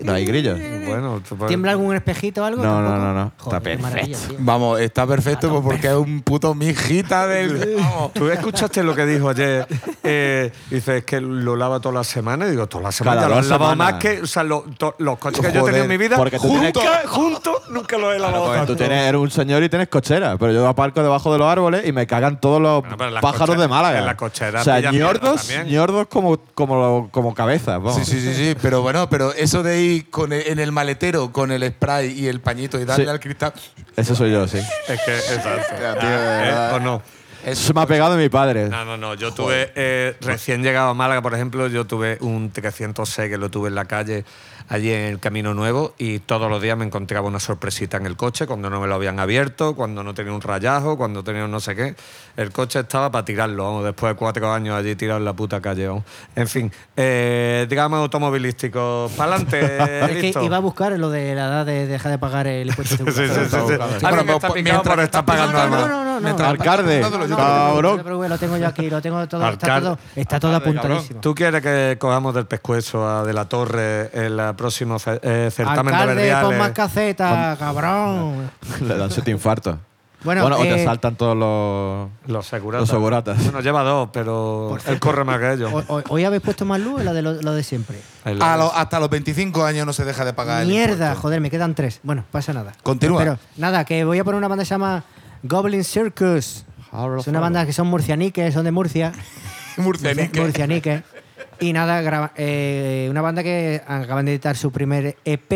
no hay grillos.
Bueno, tú puedes-
¿Tiembla algún espejito o algo?
No, no,
Tampoco.
no, no.
Joder,
Está
qué maravilla, tío.
Vamos, está perfecto pues, porque es un puto mijita del. Vamos.
Tú escuchaste lo que dijo ayer. Eh, dice, es que lo lava todas las semanas. Y digo, todas las semanas.
Cada
Ya lo
dos
has lavado
semanas.
más que o sea, lo- to- los coches que yo he
Joder,
tenido en mi vida.
porque tú tienes
juntos, juntos, nunca los he lavado
Pues
tanto.
tú tienes, eres un señor y tienes cochera, pero yo aparco debajo de los árboles y me cagan todos los
Bueno, pero en las
pájaros
cocheras-
de Málaga.
en las cocheras
o sea,
pillas mierda
ñordos,
también.
ñordos como, como, como cabeza. vamos.
Sí, sí, sí, sí, pero bueno, pero eso de ir con el- en el maletero con el spray y el pañito y darle
Sí.
al cristal.
Ese soy yo, sí.
Es que, exacto.
Ya, tío, de
Ah, ¿eh?
verdad.
¿O no?
Eso me ha pegado mi padre.
No, no, no. Yo tuve, eh, recién llegado a Málaga, por ejemplo, yo tuve un 306 que lo tuve en la calle, allí en el Camino Nuevo, y todos los días me encontraba una sorpresita en el coche, cuando no me lo habían abierto, cuando no tenía un rayajo, cuando tenía un no sé qué. El coche estaba para tirarlo, vamos, después de cuatro años allí tirado en la puta calle. vamos. En fin, eh, drama automovilístico. ¡Pa'lante!
Es
listo.
que iba a buscar lo de la edad de dejar de pagar el impuesto de
Sí, sí, sí,
circulación.
sí. Alguien
Bueno,
que está
pues,
picado por
mientras-
estar pagando
No,
más.
no,
no, no, no.
Mientras-
Alcalde,
No te lo- yo te lo-
No te
cabrón.
preocupes, lo tengo yo aquí, lo tengo todo, está
Alcalde.
todo, está todo apuntadísimo.
¿Tú quieres que cojamos del pescuezo a De la Torre en la próxima fe- eh, certamen de
Alcalde, pon
Verdiales?
más caseta, cabrón.
Le dan siete infartos. Bueno,
Bueno,
o te
eh,
saltan todos los.
Los seguratas.
Los seguratas.
Bueno, lleva dos, pero
Por
él corre más que ellos.
Hoy, hoy- hoy habéis puesto más luz en la de lo, lo de siempre.
El-
a los- hasta los 25 años no se deja de pagar el
Mierda,
impuesto.
joder, me quedan tres. Bueno, pasa nada.
Continúa.
Pero nada, que voy a poner una banda que se llama Goblin Circus. Es una banda que son murcianiques, son de Murcia.
Murcianique.
Murcianique. Y nada, graba- eh, una banda que acaban de editar su primer EP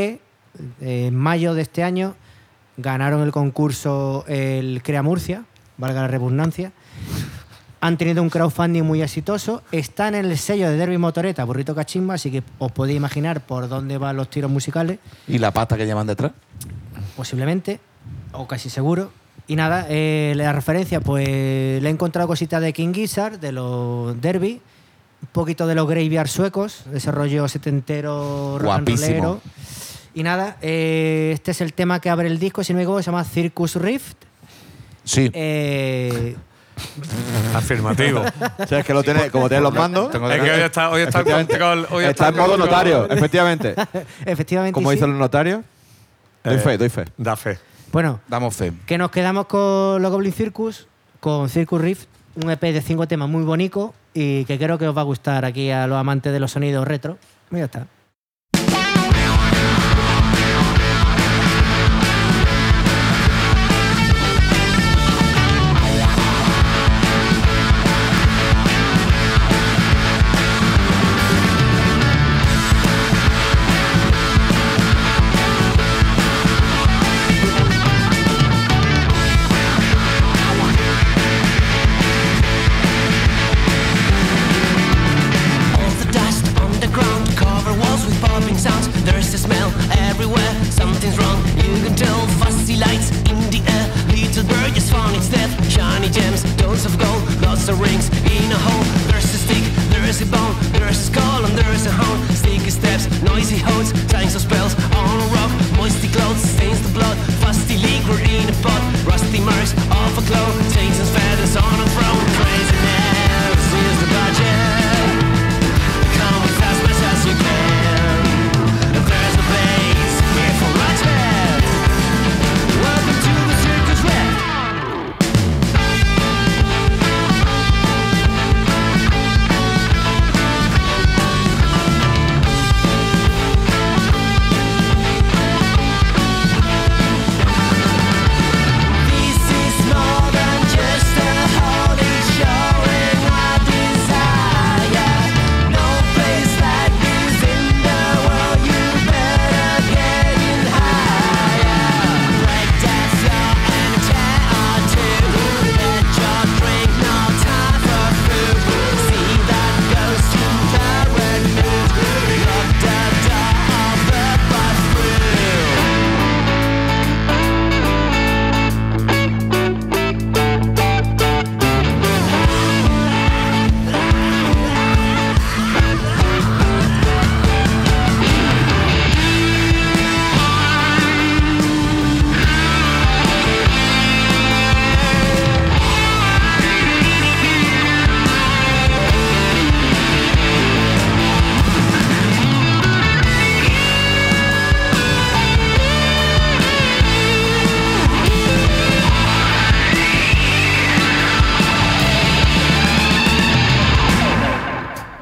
eh, en mayo de este año. Ganaron el concurso el Crea Murcia, valga la redundancia. Han tenido un crowdfunding muy exitoso. Están en el sello de Derby Motoreta, Burrito Cachimba, así que os podéis imaginar por dónde van los tiros musicales,
¿Y la pasta que llevan detrás?
posiblemente, o casi seguro. Y nada, eh, la referencia, pues le he encontrado cositas de King Gizzard, de los Derby, un poquito de los Graveyard suecos, de ese rollo setentero, rock and
Guapísimo.
rollero. Y nada, eh, este es el tema que abre el disco, si no me equivoco, se llama Circus Rift.
Sí.
Eh,
Afirmativo.
O sea, es que lo tiene, como tienes los mandos.
Tengo
es pues, que hoy está, hoy está el
efectivamente,
control. Hoy
está en
el
modo
control.
notario, efectivamente.
efectivamente.
Como
sí.
dicen los notarios. Doy
Eh,
fe, doy fe.
Da fe.
Bueno,
Damos fe.
que nos quedamos con los Goblin Circus, con Circus Rift, un EP de cinco temas muy bonito y que creo que os va a gustar aquí a los amantes de los sonidos retro. Y Ya está.
All the dust on the ground, cover walls with popping sounds. There's a smell everywhere, something's wrong. You can tell fuzzy lights in the air. Little bird just found its death. Shiny gems, tons of gold, lots of rings in a hole. There's a stick, there's a bone, there's a skull and there's a hound. Sticky steps, noisy hoes, signs of spells on a rock. Moisty clothes stains the blood, fusty liquor in a pot. Rusty marks off a cloak, chains and feathers on a throne. Craziness is the budget. Come with as much as you can. If there's a place here for Ratchet, welcome to the circus rat. This is more than just a holy showing our desire. No place like this in the world. You better get in higher. Break that floor and tear or two. Let your drink no time for food. See that ghost you can't move. Lock the door of the bathroom.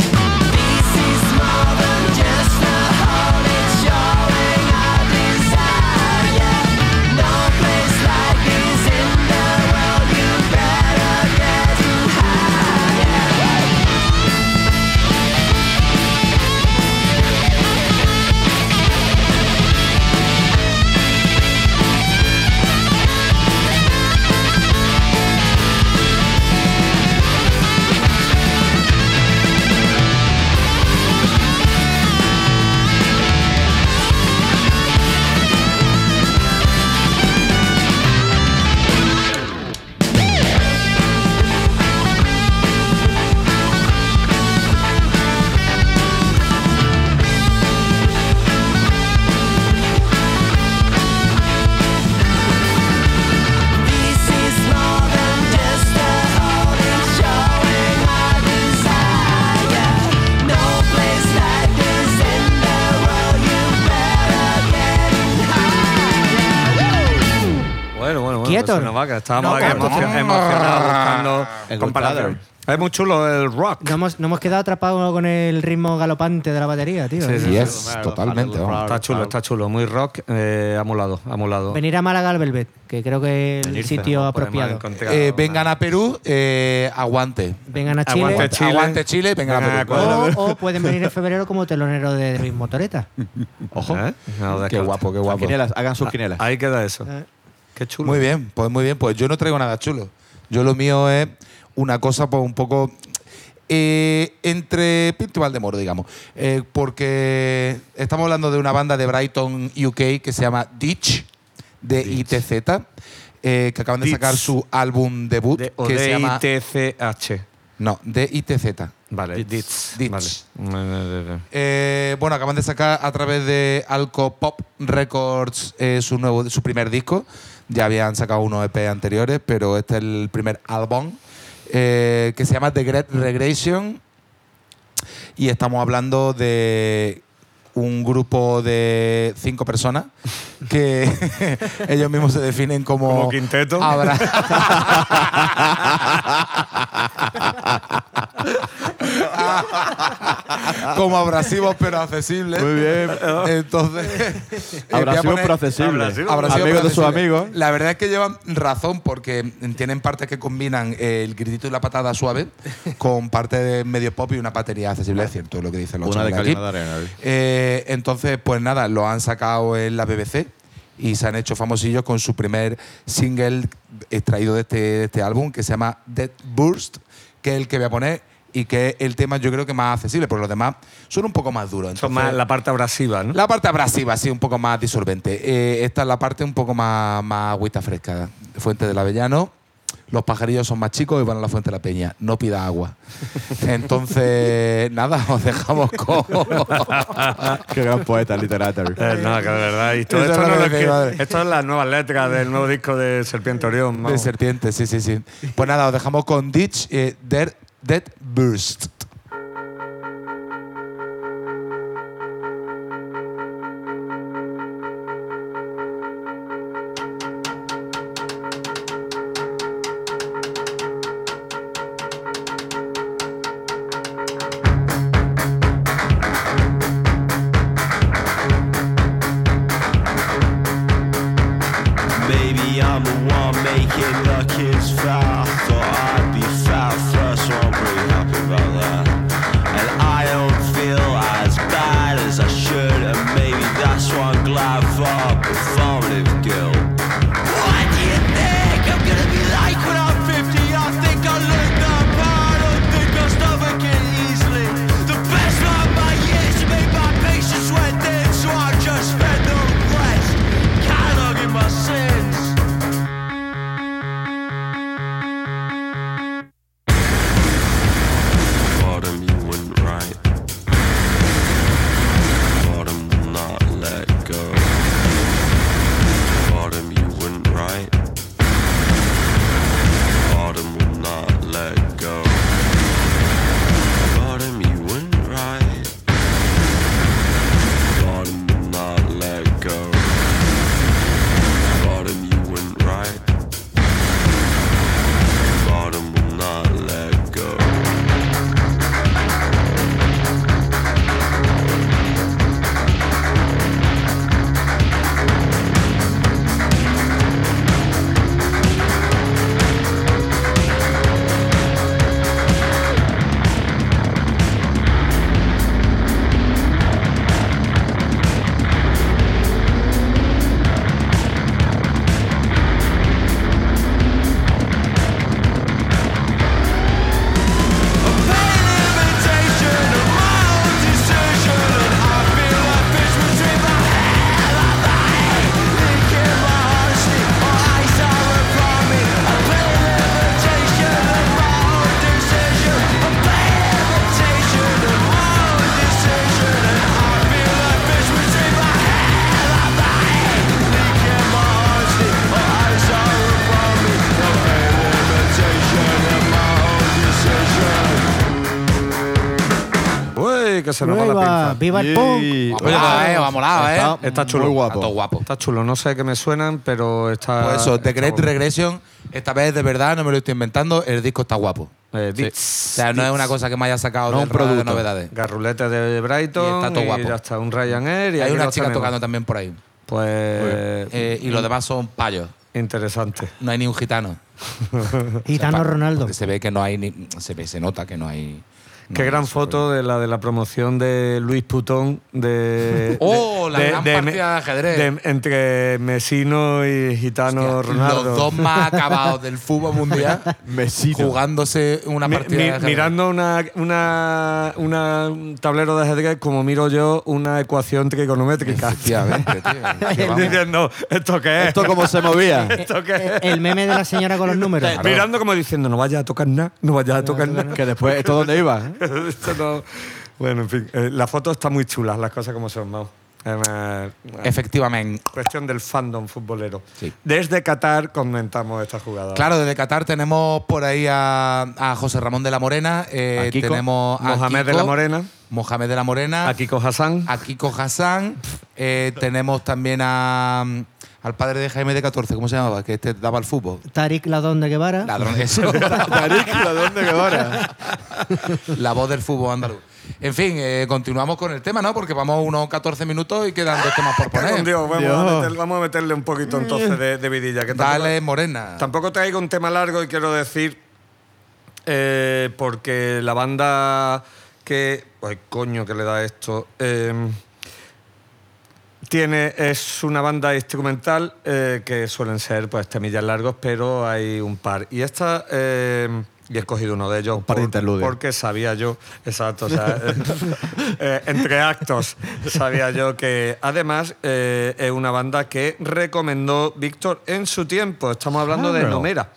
This is more than just a hole, it's showing our desire. No place like this in the world, you better get in higher. This is more than just a hole, it's showing our desire. No place like this in the world, you better get in higher.
Bueno, bueno, bueno.
Quieto.
se nos va, que estábamos
No,
aquí
corto.
emocio- emocionados buscando
El
comparaciones.
Godfather.
Es muy chulo el rock.
Nos hemos, nos hemos quedado atrapados con el ritmo galopante de la batería, tío.
Sí, sí.
Y es totalmente. vamos.
Está chulo, está chulo. Muy rock, eh, amulado, amulado.
Venir a Málaga al Velvet, que creo que es el
Venirse,
sitio
no podemos
apropiado.
encontrar
Eh,
una-
vengan a Perú, eh, aguante.
Vengan a Chile.
Aguante Chile.
Aguante Chile, vengan, a Perú.
Ecuador.
O, o pueden venir en febrero como telonero de Derby Motoreta.
Ojo.
¿Eh? No,
Qué
descarta.
guapo, qué guapo.
Quinielas, hagan sus quinielas.
Ah, Ahí queda eso.
Eh.
Qué chulo.
Muy bien, pues muy bien. Pues yo no traigo nada chulo. Yo lo mío es una cosa pues, un poco eh, entre Pinto y Valdemoro, digamos. Eh, porque estamos hablando de una banda de Brighton, UK, que se llama Ditch, de ITZ, eh, que acaban de
Ditch.
sacar su álbum debut,
De, o
que se llama...
DITCH.
No, de ITZ.
Vale, DITS.
Dits. Dits.
Vale. Mm,
Eh, bueno, acaban de sacar a través de Alco Pop Records eh, su, nuevo, su primer disco. Ya habían sacado unos EP anteriores, pero este es el primer álbum eh, que se llama The Great Regression. Y estamos hablando de un grupo de cinco personas que ellos mismos se definen como,
Como quinteto.
Abra- como abrasivos pero accesibles.
Muy bien.
Entonces, eh, voy a
Abrasivo
poner-
pero accesible.
Abrasivo.
Abrasivo,
Amigos
pero
de sus
accesible.
amigos.
La verdad es que llevan razón porque tienen partes que combinan eh, el gritito y la patada suave con parte de medio pop y una batería accesible. Es cierto lo que dicen los
Una de
chavales aquí.
Calima de Arena. ¿eh?
Eh, entonces, pues nada, lo han sacado en la BBC y se han hecho famosillos con su primer single extraído de este, de este álbum que se llama Dead Burst, que es el que voy a poner y que es el tema yo creo que más accesible, porque los demás son un poco más duros.
Son más
Entonces,
la parte abrasiva, ¿no?
la parte abrasiva, sí, un poco más disolvente. Eh, esta es la parte un poco más, más agüita fresca. Fuente del Avellano. Los pajarillos son más chicos y van a la Fuente de la Peña. No pida agua. Entonces, nada, os dejamos con.
Qué gran poeta, literatario.
Eh, no, que de verdad. y todo
Eso
esto,
es lo
no
que
lo
me
escri-
madre.
esto es la nueva letra del nuevo disco de Serpiente Orión.
De
vamos.
serpiente, sí, sí, sí. Pues nada, os dejamos con Ditch, eh, Dead, Dead Burst.
Maybe I'm the one making the kids foul. Thought I'd be foul first, so I'm pretty happy about that. And I don't feel as bad as I should, and maybe that's why I'm glad for performative guilt. What do you think I'm gonna be like when I'm 50? I think I look the part, I don't think I'll stomach it easily. The best part of my years to make my patients sweat thin, so I just spend the rest cataloging my sins. Bottom, you went right. Bottom, not let go. Bottom, you went right. Bottom will not let go. Bottom, you went right. Bottom will not let go. Bottom, you went right. Bottom will not let go.
Uy, que se nos va
Ahí
la
va,
pinza.
¡Viva el punk!
Va molado, eh, va molado, eh.
Está chulo.
Muy guapo. Está todo guapo.
Está chulo, no sé qué me suenan, pero está.
Pues eso, The
Ah, está
Great
guapo.
Regression, esta vez de verdad, no me lo estoy inventando, el disco está guapo.
Eh,
Sí. O
Dits,
sea, no
Dits.
es una cosa que me haya sacado
No,
del
un
radar de
producto.
novedades.
Garrulete de Brighton.
Y está todo guapo.
ya está, un Ryanair. Y
Hay
aquí
una
los
chica
tenemos.
tocando también por ahí.
Pues.
Eh, y los demás son payos.
Interesante.
No hay ni un gitano.
Gitano
Pa-
Ronaldo.
Se ve que no hay ni- se ve, se nota que no hay.
Qué gran foto de la de la promoción de Luis Putón de.
Oh,
de-
la gran partida de ajedrez.
de- entre Mesino y Gitano Ronaldo.
Los dos más acabados del fútbol mundial jugándose una
Mi-
partida
mi-
de ajedrez.
mirando una, una, una- un tablero de ajedrez como miro yo una ecuación trigonométrica.
Efectivamente, tío. Que vamos.
Diciendo, ¿esto qué es?
Esto como se movía.
¿Esto qué es?
Eh, El meme de la señora con los números.
Mirando como diciendo, no vaya a tocar nada, no vaya a tocar nada.
que después, ¿esto dónde iba? eh?
Esto no- Bueno, en fin, eh, la foto está muy chula, las cosas como son, Mau. Además, bueno,
Efectivamente.
cuestión del fandom futbolero.
Sí.
Desde Qatar comentamos esta jugada.
Claro, desde Qatar tenemos por ahí a, a José Ramón de la Morena, eh,
A Kiko.
tenemos a
Mohamed de
Kiko, Ah,
la Morena,
Mohamed de la Morena,
a Kiko Hassan.
a Kiko Hassan, eh, tenemos también a, mm, al padre de Jaime de 14, ¿cómo se llamaba? Que este daba el fútbol.
Tarik Ladón de Guevara.
Ladrón, eso.
Tarícula, ¿dónde que ahora?
La voz del fútbol andaluz. En fin, eh, continuamos con el tema, ¿no? Porque vamos unos 14 minutos y quedan dos temas por
Cago en
poner.
Dios, vamos, A meter- vamos a meterle un poquito entonces de, de vidilla. Que tampoco-
Dale, Morena.
Tampoco traigo un tema largo y quiero decir, eh, porque la banda que... Ay, coño, que le da esto. eh, tiene, es una banda instrumental eh, que suelen ser pues temillas largos, pero hay un par. Y esta, eh, y he escogido uno de ellos.
Un par de interludios.
Porque sabía yo, exacto, o sea, eh, eh, entre actos, sabía yo que además eh, es una banda que recomendó Víctor en su tiempo. Estamos hablando de
Claro.
Nomera.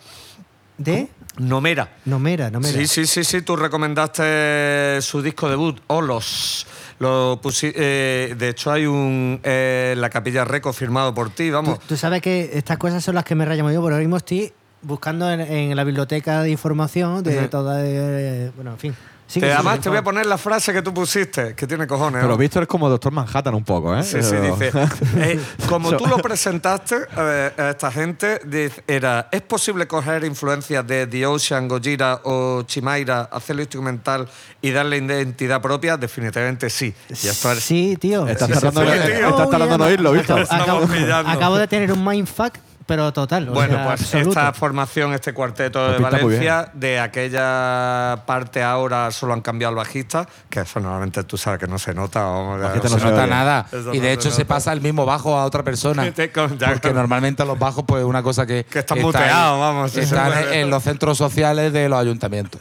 De
Nomera.
Nomera, Nomera.
Sí, sí, sí, sí, tú recomendaste su disco debut, Olos. Lo pusi- eh, de hecho, hay un eh, La Capilla Reco firmado por ti,
Tú,
vamos.
tú sabes que estas cosas son las que me rayan muy yo, porque ahora mismo estoy buscando en, en la biblioteca de información de
Ujú.
toda. eh, bueno, en fin. Sigue,
Te,
sigue,
además,
por
te voy a
favor.
poner la frase que tú pusiste, que tiene cojones.
Pero
¿no?
Víctor es como Doctor Manhattan un poco, ¿eh?
Sí, sí,
Pero-
dice. eh, como tú lo presentaste eh, a esta gente, dice, era, ¿es posible coger influencias de The Ocean, Gojira o Chimaira, hacerlo instrumental y darle identidad propia? Definitivamente sí. Y esto es
Sí, tío.
Estás
Sí, sí,
tardando,
fue,
sí.
tío.
estás tardando en
Oh, yeah.
oírlo, Víctor.
Estamos
Acabo,
pillando.
acabo de tener un mindfuck, pero total. o
Bueno,
sea,
pues
absoluto.
esta formación, este cuarteto
Pues
de
pinta muy
Valencia, de aquella parte ahora solo han cambiado al bajista, que eso normalmente tú sabes que no se nota. o-
Bajista
no
no
se
se nota
oye.
nada.
Eso
Y
no
de hecho
se
se
nota.
pasa el mismo bajo a otra persona.
Te- con- ya-
Porque normalmente los bajos, pues una cosa que.
Que están
está
muteados, vamos, sí,
Están
sí,
en,
sí.
en los centros sociales de los ayuntamientos.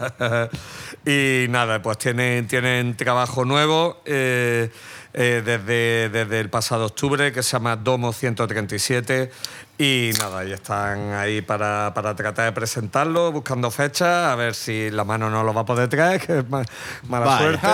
y nada, pues tienen, tienen trabajo nuevo eh, eh, desde, desde el pasado octubre que se llama Domo 137 y nada, y están ahí para, para tratar de presentarlo, buscando fechas, a ver si la mano no lo va a poder traer, que es ma- mala
Vale.
suerte.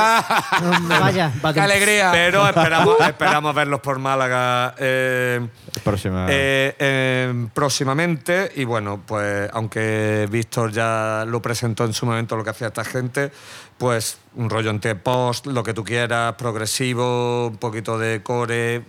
Mm, Vaya,
¡Qué
vaya.
alegría!
Pero esperamos, esperamos verlos por Málaga eh,
Próxima.
eh, eh, próximamente. Y bueno, pues aunque Víctor ya lo presentó en su momento lo que hacía esta gente, pues un rollo entre post, lo que tú quieras, progresivo, un poquito de core.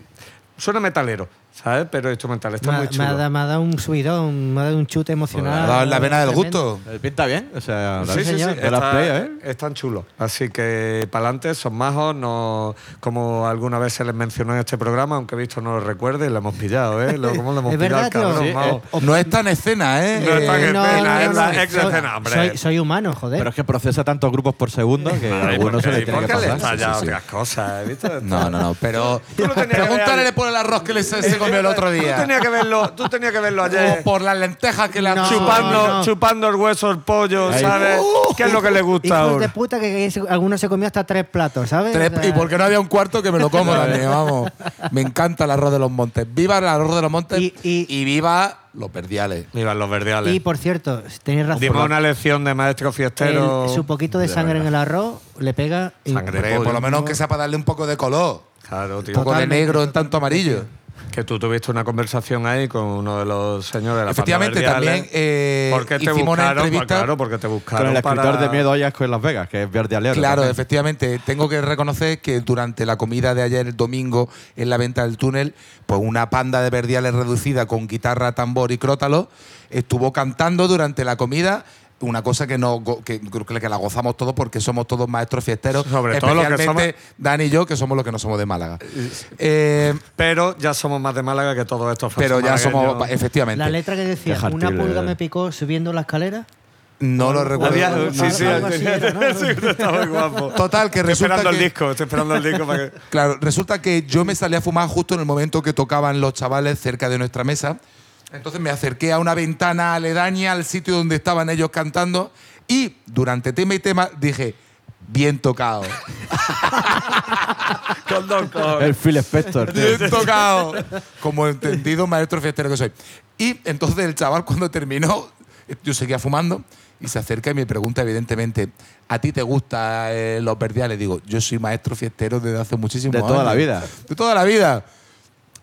Suena metalero, ¿sabes? Pero instrumental, está
Me,
muy
ha- me
chulo.
ha da- me ha dado un subidón, me ha dado un chute emocional.
Ha dado en la vena del gusto.
Eh, Pinta bien, o sea, la
Sí, sí, sí,
señor. De las
está-
play, ¿eh?
Están chulos. Así que para adelante, son majos. No, como alguna vez se les mencionó en este programa, aunque visto no lo recuerde, lo hemos pillado, ¿eh? Lo, ¿Cómo lo hemos
Es
pillado,
verdad, tío.
cabrón,
Sí, eh,
majo?
No está en escena, ¿eh?
No está en
Eh,
escena. pena, es la
soy-
ex-escena, hombre.
soy, soy humano, joder.
Pero es que procesa tantos grupos por segundo que a
Ay, ¿por
alguno se
qué?
le tiene
¿Por
que
qué le
pasar.
está
Sí,
ya
sí, sí.
otras cosas? ¿viste?
No, no, no. Pero.
Tú lo tenías que ver
Pregúntale
ahí.
por el arroz que le se, se comió el otro
Tú
día.
tenías que verlo, tú tenías que verlo
O
ayer.
por las lentejas que le han
No,
chupando,
no.
chupando el hueso, el pollo,
Ay.
¿sabes? ¿Qué es lo que le gusta
Hijos de
ahora?
puta que que se- alguno se comió hasta tres platos, ¿sabes?
Tres-
O sea,
y porque no había un cuarto que me lo como también, vamos. Me encanta el arroz de los montes. Viva el arroz de los montes
Y- y-
y viva los verdiales.
Vivan los verdeales.
y, por cierto, tenéis razón.
Dimos una lección de maestro fiestero.
El- su poquito de sangre en el arroz le pega. y-
Sangre.
Hombre, por lo menos que sea para darle un poco de color.
Claro,
Un
tío.
poco de
Totalmente,
negro en tanto amarillo.
Que tú tuviste una conversación ahí con uno de los señores de la
Efectivamente,
Panda Verdiales.
también, eh,
¿Por qué te
hicimos una
buscaron? Pues
entrevista
claro, porque te buscaron
Con el escritor
para-
de Miedo hay asco en Las Vegas, que es Verde Alero.
Claro,
también.
efectivamente. Tengo que reconocer que durante la comida de ayer, el domingo, en la venta del túnel, pues una panda de verdiales reducida con guitarra, tambor y crótalo estuvo cantando durante la comida. Una cosa que no go- que, creo que la gozamos todos porque somos todos maestros fiesteros.
Sobre todo los que
especialmente Dan y yo, que somos los que no somos de Málaga. Eh,
Pero ya somos más de Pues Málaga que todos estos
pero ya somos,
malagueños.
efectivamente.
La letra que decía,
Qué
una
jartible,
pulga
eh.
me picó subiendo la escalera.
No lo
Había-
recuerdo.
sí, sí,
algo así era, ¿no?
sí, está muy guapo.
Total, que
Estoy
resulta
esperando el
que-
disco, estoy esperando el disco para que...
Claro, resulta que yo me salí a fumar justo en el momento que tocaban los chavales cerca de nuestra mesa. Entonces me acerqué a una ventana aledaña al sitio donde estaban ellos cantando y durante tema y tema dije, bien tocado,
Con dos cojones.
El Phil Spector, tío.
bien tocado, como entendido maestro fiestero que soy. Y entonces el chaval cuando terminó, yo seguía fumando y se acerca y me pregunta evidentemente, ¿a ti te gustan eh, los verdiales? Digo, yo soy maestro fiestero desde hace muchísimos
De
años.
toda la vida.
De toda la vida.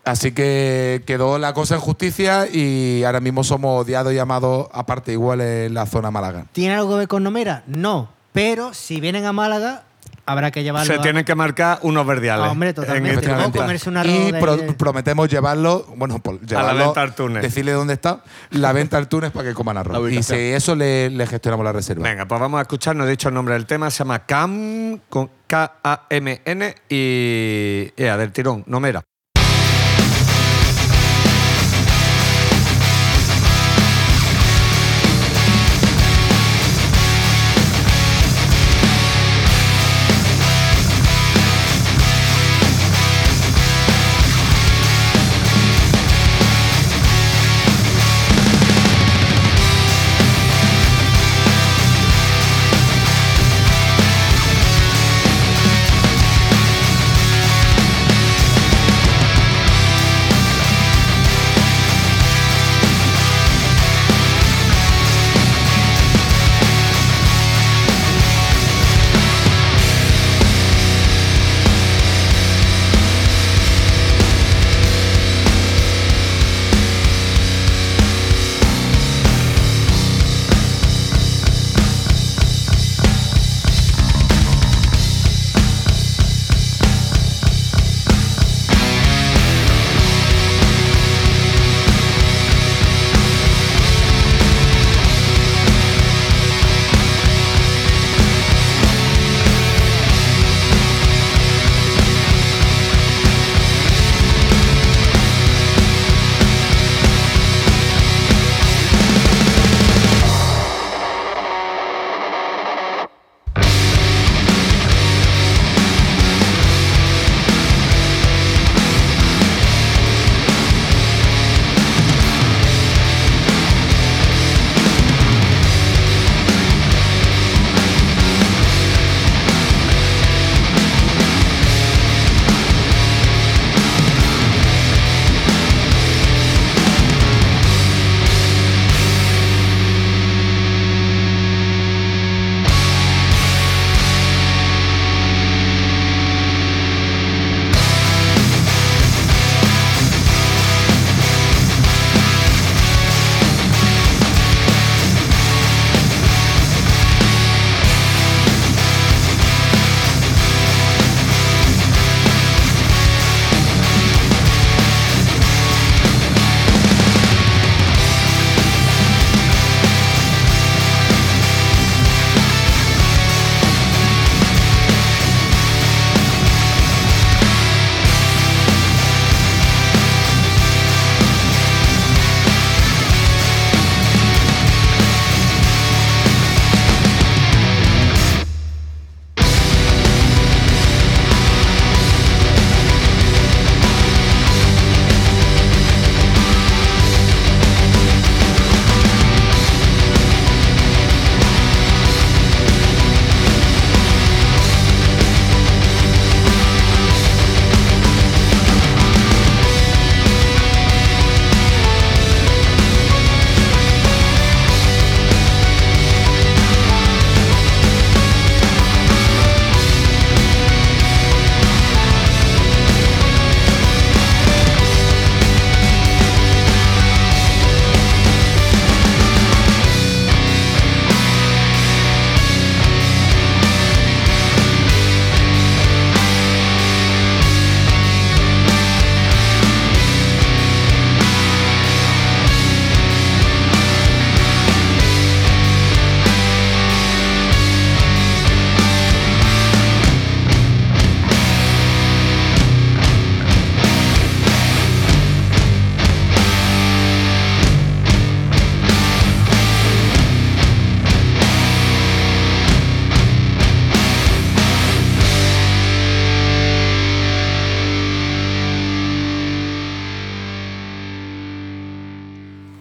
Así que quedó la cosa en justicia y ahora mismo somos odiados y amados aparte igual en la zona Málaga.
¿Tiene algo que ver con Nomera? No. Pero si vienen a Málaga, habrá que llevarlo. ¿eh?
Se
a-
tienen que marcar unos verdiales.
Ah, hombre,
en este
totalmente.
esta
Efectivamente.
venta.
O comerse una
y
roda
pro-
y-
prometemos llevarlo, bueno, por llevarlo,
venta al Túnez.
decirle dónde está, la venta al Túnez para que coman
La
arroz. Y si
ubicación.
eso le, le gestionamos la reserva.
Venga, pues vamos a escuchar, no he dicho el nombre del tema, se llama Cam, con K-A-M-N y... Ea, del tirón, Nomera.
Thank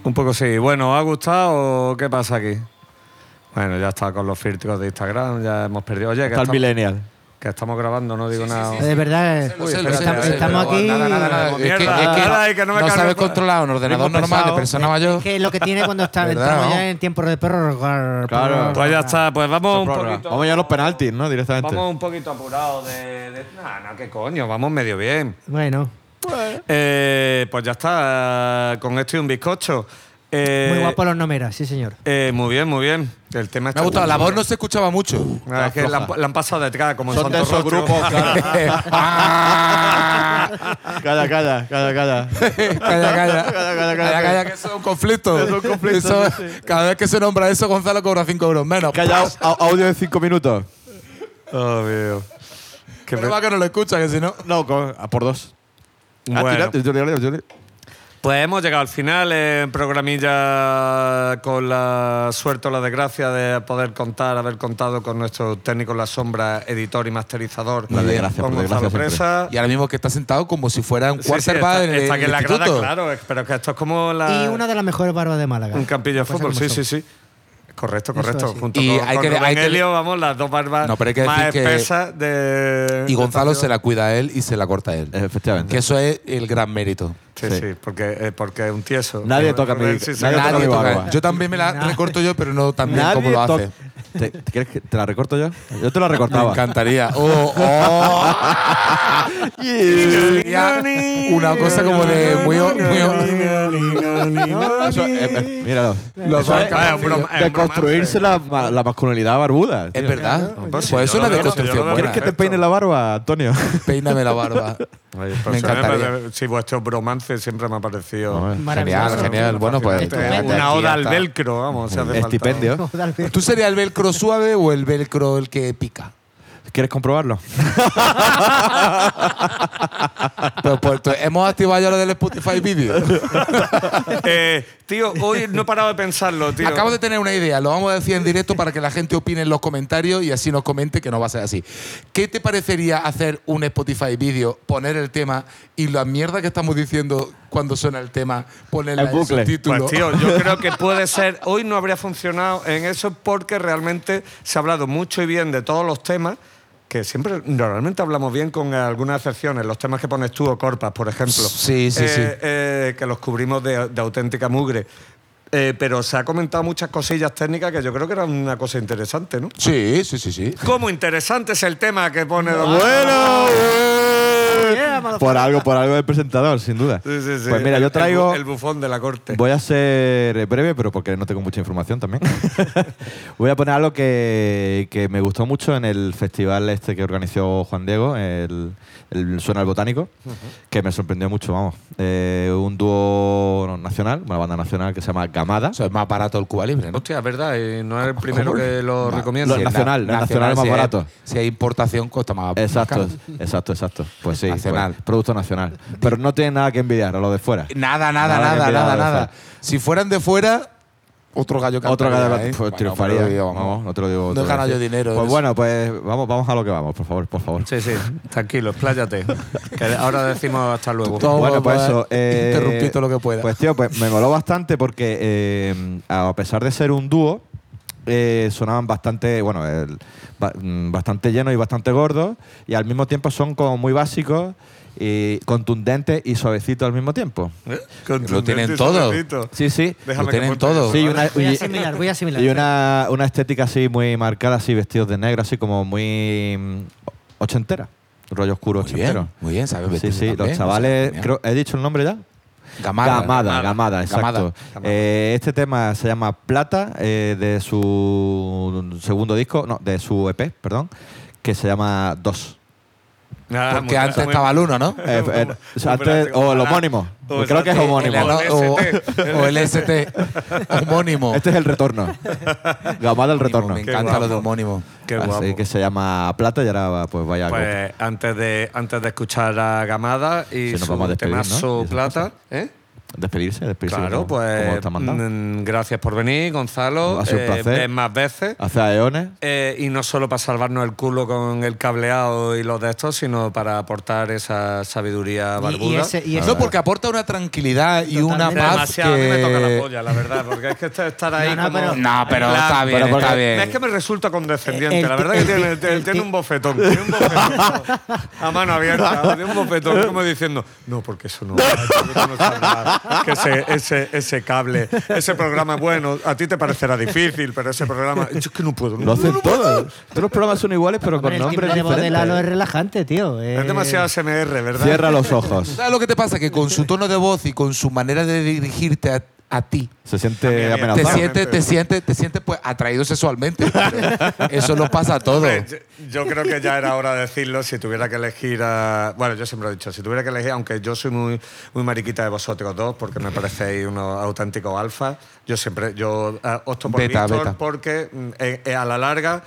Un poco sí. Bueno, ¿os ha gustado o qué pasa aquí? Bueno, ya está con los filtros de Instagram, ya hemos perdido. Oye, que,
Está el
estamos-
millennial.
que estamos grabando, no digo nada.
De verdad, eh,
Lo sé,
pero
lo sé, lo
estamos,
sé,
estamos
pero
aquí.
nada, nada, nada.
Como
Es que-
mierda,
es que
nada, y que no
no,
me cargue
sabes
el co-
controlar un ordenador
ritmo
normal de
pesado.
persona mayor.
Es que es lo que tiene cuando está,
¿Verdad,
entramos
no?
ya en tiempo de perro.
Claro.
Pues ya está, pues vamos un
Prórroga.
poquito.
Vamos ya a los penaltis, ¿no? Directamente.
Vamos un poquito apurados de. de nah, nah, qué coño, vamos medio bien.
Bueno,
Eh, pues ya está, con esto y un bizcocho. Eh,
muy guapo los nomeras, sí, señor.
eh, muy bien, muy bien. El tema
Me
está
ha gustado, la
chulo.
voz no se escuchaba mucho.
Ah, es que la, han- la han pasado detrás, como en
Son de
Santo
esos
Rostro.
grupos, claro. Calla, calla, calla, calla.
calla, calla. calla, calla, que eso es un conflicto.
Es un conflicto,
Eso-
sí, sí.
Cada vez que se nombra eso, Gonzalo cobra 5 euros menos.
Calla, au- audio de cinco minutos.
Oh, Dios. Qué
Pero
pe-
va que no lo escucha, que si no.
No, con- ah, por dos. Ah,
Bueno.
tira, tira, tira, tira.
Pues hemos llegado al final, en programilla con la suerte o la desgracia de poder contar, haber contado con nuestro técnico en la sombra, editor y masterizador,
La desgracia,
con
por desgracia
Gonzalo Presa.
Y ahora mismo que está sentado como si fuera un
Sí, sí,
quarterback
está,
en el,
está que en la grada,
instituto.
claro, es- pero es que esto es como
ah,
la,
Y una de las mejores barbas de Pues Málaga.
un campillo de
Cosas
fútbol,
como
sí,
son.
sí, sí. Correcto,
Eso es
correcto.
así.
Junto
Y
con,
hay
con
que-
Rubén
hay que-
Helio, vamos, las dos barbas
No, pero hay que
más
decir que-
espesas de...
Y Gonzalo
de-
se la cuida a él y se la corta a él.
Efectivamente.
Que eso es el gran mérito.
Sí,
Sí.
sí, porque, eh, porque es un tieso.
Nadie toca
Rubén
mi-
sí se-
Nadie toca mi
toca-
barba.
Yo también me la recorto yo, pero no tan bien como lo hace.
to- ¿Te, te quieres que te la recorto yo? Yo te la
Me
recortaba.
encantaría. Oh, oh. Sería una cosa como de muy. muy
Eso, eh, eh, míralo.
Los
Eso es-
dos
Ah, es un broma- es un
de construirse la, ma- la masculinidad barbuda. tío.
es verdad.
Pues
Pues
sí,
es
yo
una
lo veo, yo
deconstrucción
lo veo.
buena.
¿Quieres que te peine la barba, Antonio?
Peíname la barba.
Oye,
Me
pues,
encantaría.
eh, Sí, vuestro bromance siempre me ha parecido.
Maravilloso.
Genial, genial. Bueno, pues.
Este,
Estupendo.
una oda al
Aquí está.
velcro, vamos. si hace falta.
Estipendio.
Como tal vez.
¿Tú serías el velcro suave o el velcro el que pica?
¿Quieres comprobarlo?
Pues, pues, tú- hemos activado ya lo del Spotify Video.
Eh, tío, hoy no he parado de pensarlo, tío.
Acabo de tener una idea, lo vamos a decir en directo para que la gente opine en los comentarios y así nos comente que no va a ser así. ¿Qué te parecería hacer un Spotify vídeo, poner el tema y la mierda que estamos diciendo cuando suena el tema, ponerla
El
en
bucle.
subtítulo?
Pues tío, yo creo que puede ser. Hoy no habría funcionado en eso porque realmente se ha hablado mucho y bien de todos los temas. Que siempre, normalmente hablamos bien con algunas excepciones, los temas que pones tú o Corpas, por ejemplo.
Sí, sí,
Eh,
sí.
eh, que los cubrimos de, de auténtica mugre. Eh, pero se ha comentado muchas cosillas técnicas que yo creo que eran una cosa interesante, ¿no?
Sí, sí, sí, sí.
¿Cómo interesante es el tema que pone Don
¡Bueno! eh.
Yeah, motherfucker.
Por algo, por algo del presentador, sin duda.
pues. Sí, sí, sí.
Pues mira,
El-
yo traigo.
El, bu- el bufón de la corte.
Voy a ser breve, pero porque no tengo mucha información también. Voy a poner algo que, que me gustó mucho en el festival este que organizó Juan Diego, el, el Suena al Botánico, que me sorprendió mucho, vamos. Eh, un dúo nacional, una banda nacional que se llama Gamada.
O sea, es más barato el Cuba Libre, ¿no?
Hostia, es verdad, y no es el primero
¿Cómo?
que lo
Ma-
recomienda.
Lo-
Sí,
nacional,
na-
el nacional es más
si
barato.
si hay importación, cuesta más. más
Exacto,
caro.
exacto, exacto. Pues sí,
Nacional.
pues, producto nacional. Pero no tiene nada que envidiar a lo de fuera.
Nada, nada,
Nada,
nada,
que
nada,
te da
nada.
vergüenza.
Si fueran de fuera, otro gallo cantaría.
Otro gallo
¿eh?
pues,
Bueno,
triunfaría.
pero digo,
vamos,
vamos.
no te lo digo.
No he
otra vez.
ganado yo dinero en
Pues
eso.
bueno, pues vamos, vamos a lo que vamos, por favor, por favor.
Sí, sí, tranquilo, expláyate. que ahora decimos hasta luego.
Todo
bueno, pues
va-
eso. eh,
interrumpí todo lo que pueda.
Pues tío, pues me moló bastante porque eh, a pesar de ser un dúo, eh, sonaban bastante, bueno, el- ba- mm, bastante llenos y bastante gordos y al mismo tiempo son como muy básicos y contundentes y suavecitos al mismo tiempo.
Lo tienen todo.
Sí, sí.
Déjame
Lo
que Ah,
tienen
apunte
todo.
eso.
Sí, y una,
Voy a
y-
asimilar, voy a asimilar.
¿eh?
y una, una estética así muy marcada, así vestidos de negro, así como muy mm, ochentera. Rollo oscuro
Muy bien,
ochentero.
muy bien, sabes
pues, Sí,
vestir
sí, los
también,
chavales,
o sea,
creo, ¿he dicho el nombre ya?
Gamada.
Gamada,
Gamada.
Gamada, exacto.
Gamada.
Eh, este tema se llama Plata, eh, de su segundo disco, no, de su EP, perdón, que se llama Dos.
Ah, muy-
Porque antes
muy-
estaba el uno, ¿no?
Eh, eh,
Muy
o sea, antes-
práctico.
o el homónimo,
O
creo que es
sea,
El
homónimo.
ano- o,
LST.
o el ST. Homónimo.
Este es el retorno. Gamada el retorno.
Oh. Me
Qué
encanta lo de
guapo.
homónimo.
Qué
Así
guapo.
que se llama Plata y ahora pues vaya grupo.
Pues antes de, antes de escuchar a Gamada y
Sí, nos
su
vamos a despedir,
temazo
¿no?
plata, ¿eh?
despedirse, despedirse.
Claro,
como- como
pues
están mandando.
mm, gracias por venir, Gonzalo.
Ha sido un
Eh,
placer.
ven más veces.
Hace aeones.
Eh, y no solo para salvarnos el culo con el cableado y los de estos, sino para aportar esa sabiduría
Y-
barbuda.
Y, ese, y ese-
No, porque aporta una tranquilidad y una
Totalmente.
paz
Demasiado, a mí me toca la
que...
polla, la verdad, porque es que esto- estar ahí
No, no,
como-
pero-
No, pero
en plan-
está bien,
Pero porque-
está bien.
Es que me resulta condescendiente,
El
la
ti-
verdad que
el
tiene,
ti-
tiene-
el
tiene
ti-
un bofetón, tiene un bofetón a mano abierta, tiene un bofetón como diciendo, no, porque eso no, va, eso no está mal, que ese, ese, ese cable, ese programa, bueno, a ti te parecerá difícil, pero ese programa, yo es que no puedo, no
Lo hacen
puedo, no puedo.
todos. Todos los programas son iguales, pero
Hombre,
con
el timbre
nombres
de voz de Lalo es
diferentes.
relajante, tío. eh.
Es demasiado SMR, ¿verdad?
Cierra los ojos.
¿Sabes lo que te pasa? Que con su tono de voz y con su manera de dirigirte a, a ti,
Se
También,
siente
bien.
te
Totalmente.
amenazado.
sientes, te sientes, te sientes pues atraído sexualmente. Eso nos pasa a todos.
Hombre, yo- Yo creo que ya era hora de decirlo. Si tuviera que elegir a. Bueno, yo siempre lo he dicho. Si tuviera que elegir, aunque yo soy muy, muy mariquita de vosotros dos, porque me parecéis unos auténticos alfa, yo siempre. Yo eh, opto por
Beta,
Víctor
beta.
porque mm, eh, eh, a la larga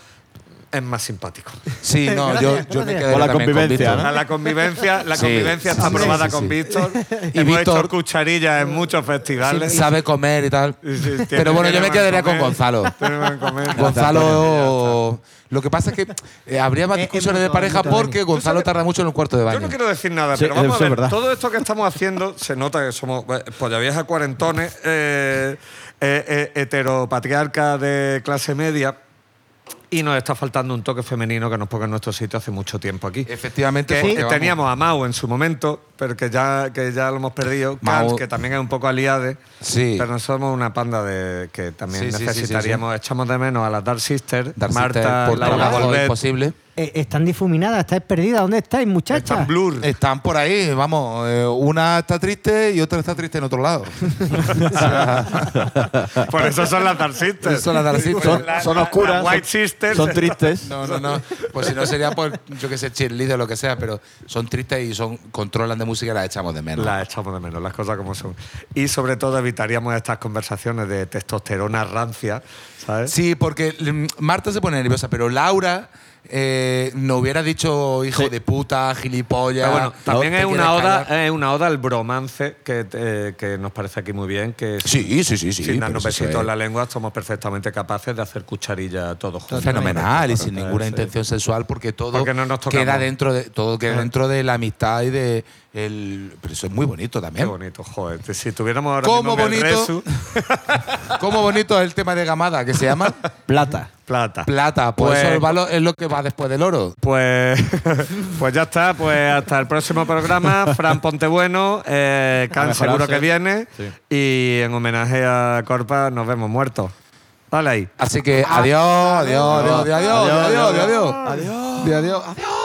es más simpático.
Sí, no,
Gracias,
yo, yo me
gracias.
quedaría
Por la
también con
convivencia,
Víctor.
A la convivencia, la
¿Ah? Sí,
convivencia
sí,
está
sí,
aprobada
sí, sí.
con Víctor.
Y
Hemos
Víctor-
hecho cucharillas en muchos festivales.
Sabe comer y tal.
Sí, sí, tiene-
Pero bueno, yo
tiene
me
buen
quedaría con
comer,
Gonzalo.
tiene buen comer.
Gonzalo. Lo que pasa es que eh, habría más
Eh,
discusiones de
hemos
pareja
hablado, hemos
porque Gonzalo tarda mucho en el cuarto de
Yo
baño.
no quiero decir nada,
Sí,
pero vamos a
eso es
ver.
verdad.
Todo esto que estamos haciendo se nota que somos eh, pollaviejas cuarentones, eh, eh, eh, heteropatriarca de clase media. Y nos está faltando un toque femenino que nos ponga en nuestro sitio hace mucho tiempo aquí.
Efectivamente,
Que
porque vamos.
teníamos a Mau en su momento, pero que ya, que ya lo hemos perdido.
Mau-
Kant, que también es un poco aliade.
Sí.
Pero somos una panda de que también
Sí, sí, sí,
necesitaríamos, echamos de menos a las Dark Sisters,
Darcy está
Marta,
por
Laura
trabajo
Volvet,
imposible.
Eh, están difuminadas, estáis perdidas. ¿Dónde estáis,
están
muchachas?
Blur.
Están por ahí, vamos. eh, una está triste y otra está triste en otro lado.
Por eso son las Dark Sisters.
Son las Dark
Pues
Sisters.
Son, son oscuras.
las
son-
White Sisters.
Son tristes.
No, no, no. Pues si no sería por, yo que sé, cheerleader o lo que sea, pero son tristes y son controlan de música y las echamos de menos.
Las echamos de menos, las cosas como son. Y sobre todo evitaríamos estas conversaciones de testosterona rancia, ¿sabes?
Sí, porque mm, Marta se pone nerviosa, pero Laura eh, no hubiera dicho hijo de puta, gilipollas.
Pero bueno, también
te
es
quieres
una,
callar.
oda, es una oda al bromance que, eh, que nos parece aquí muy bien, que
Sí, sí, sí, sí.
sin
pero
darnos
sí, sí,
besitos
es
en la lengua somos perfectamente capaces de hacer cucharilla todos juntos.
Fenomenal y sin ninguna
Sí.
intención sexual porque todo
Porque no nos tocamos.
queda dentro de todo queda dentro de la amistad y de el pero eso es muy bonito
Qué
también.
bonito, joder. Si tuviéramos ahora
¿Cómo
mismo en el
bonito?
Resu,
Cómo bonito es el tema de Gamada que se llama
Plata.
plata.
plata, pues,
Pues-
eso es valo- es lo que va después del oro.
Pues, pues ya está, pues hasta el próximo programa. Fran Pontebueno, eh, Can
A
seguro
mejorarse.
que viene.
Sí.
Y en homenaje a Corpa, nos vemos muertos. Dale ahí.
Ah. Así que adiós, adiós, adiós, adiós, adiós, adiós, adiós, adiós, adiós, adiós.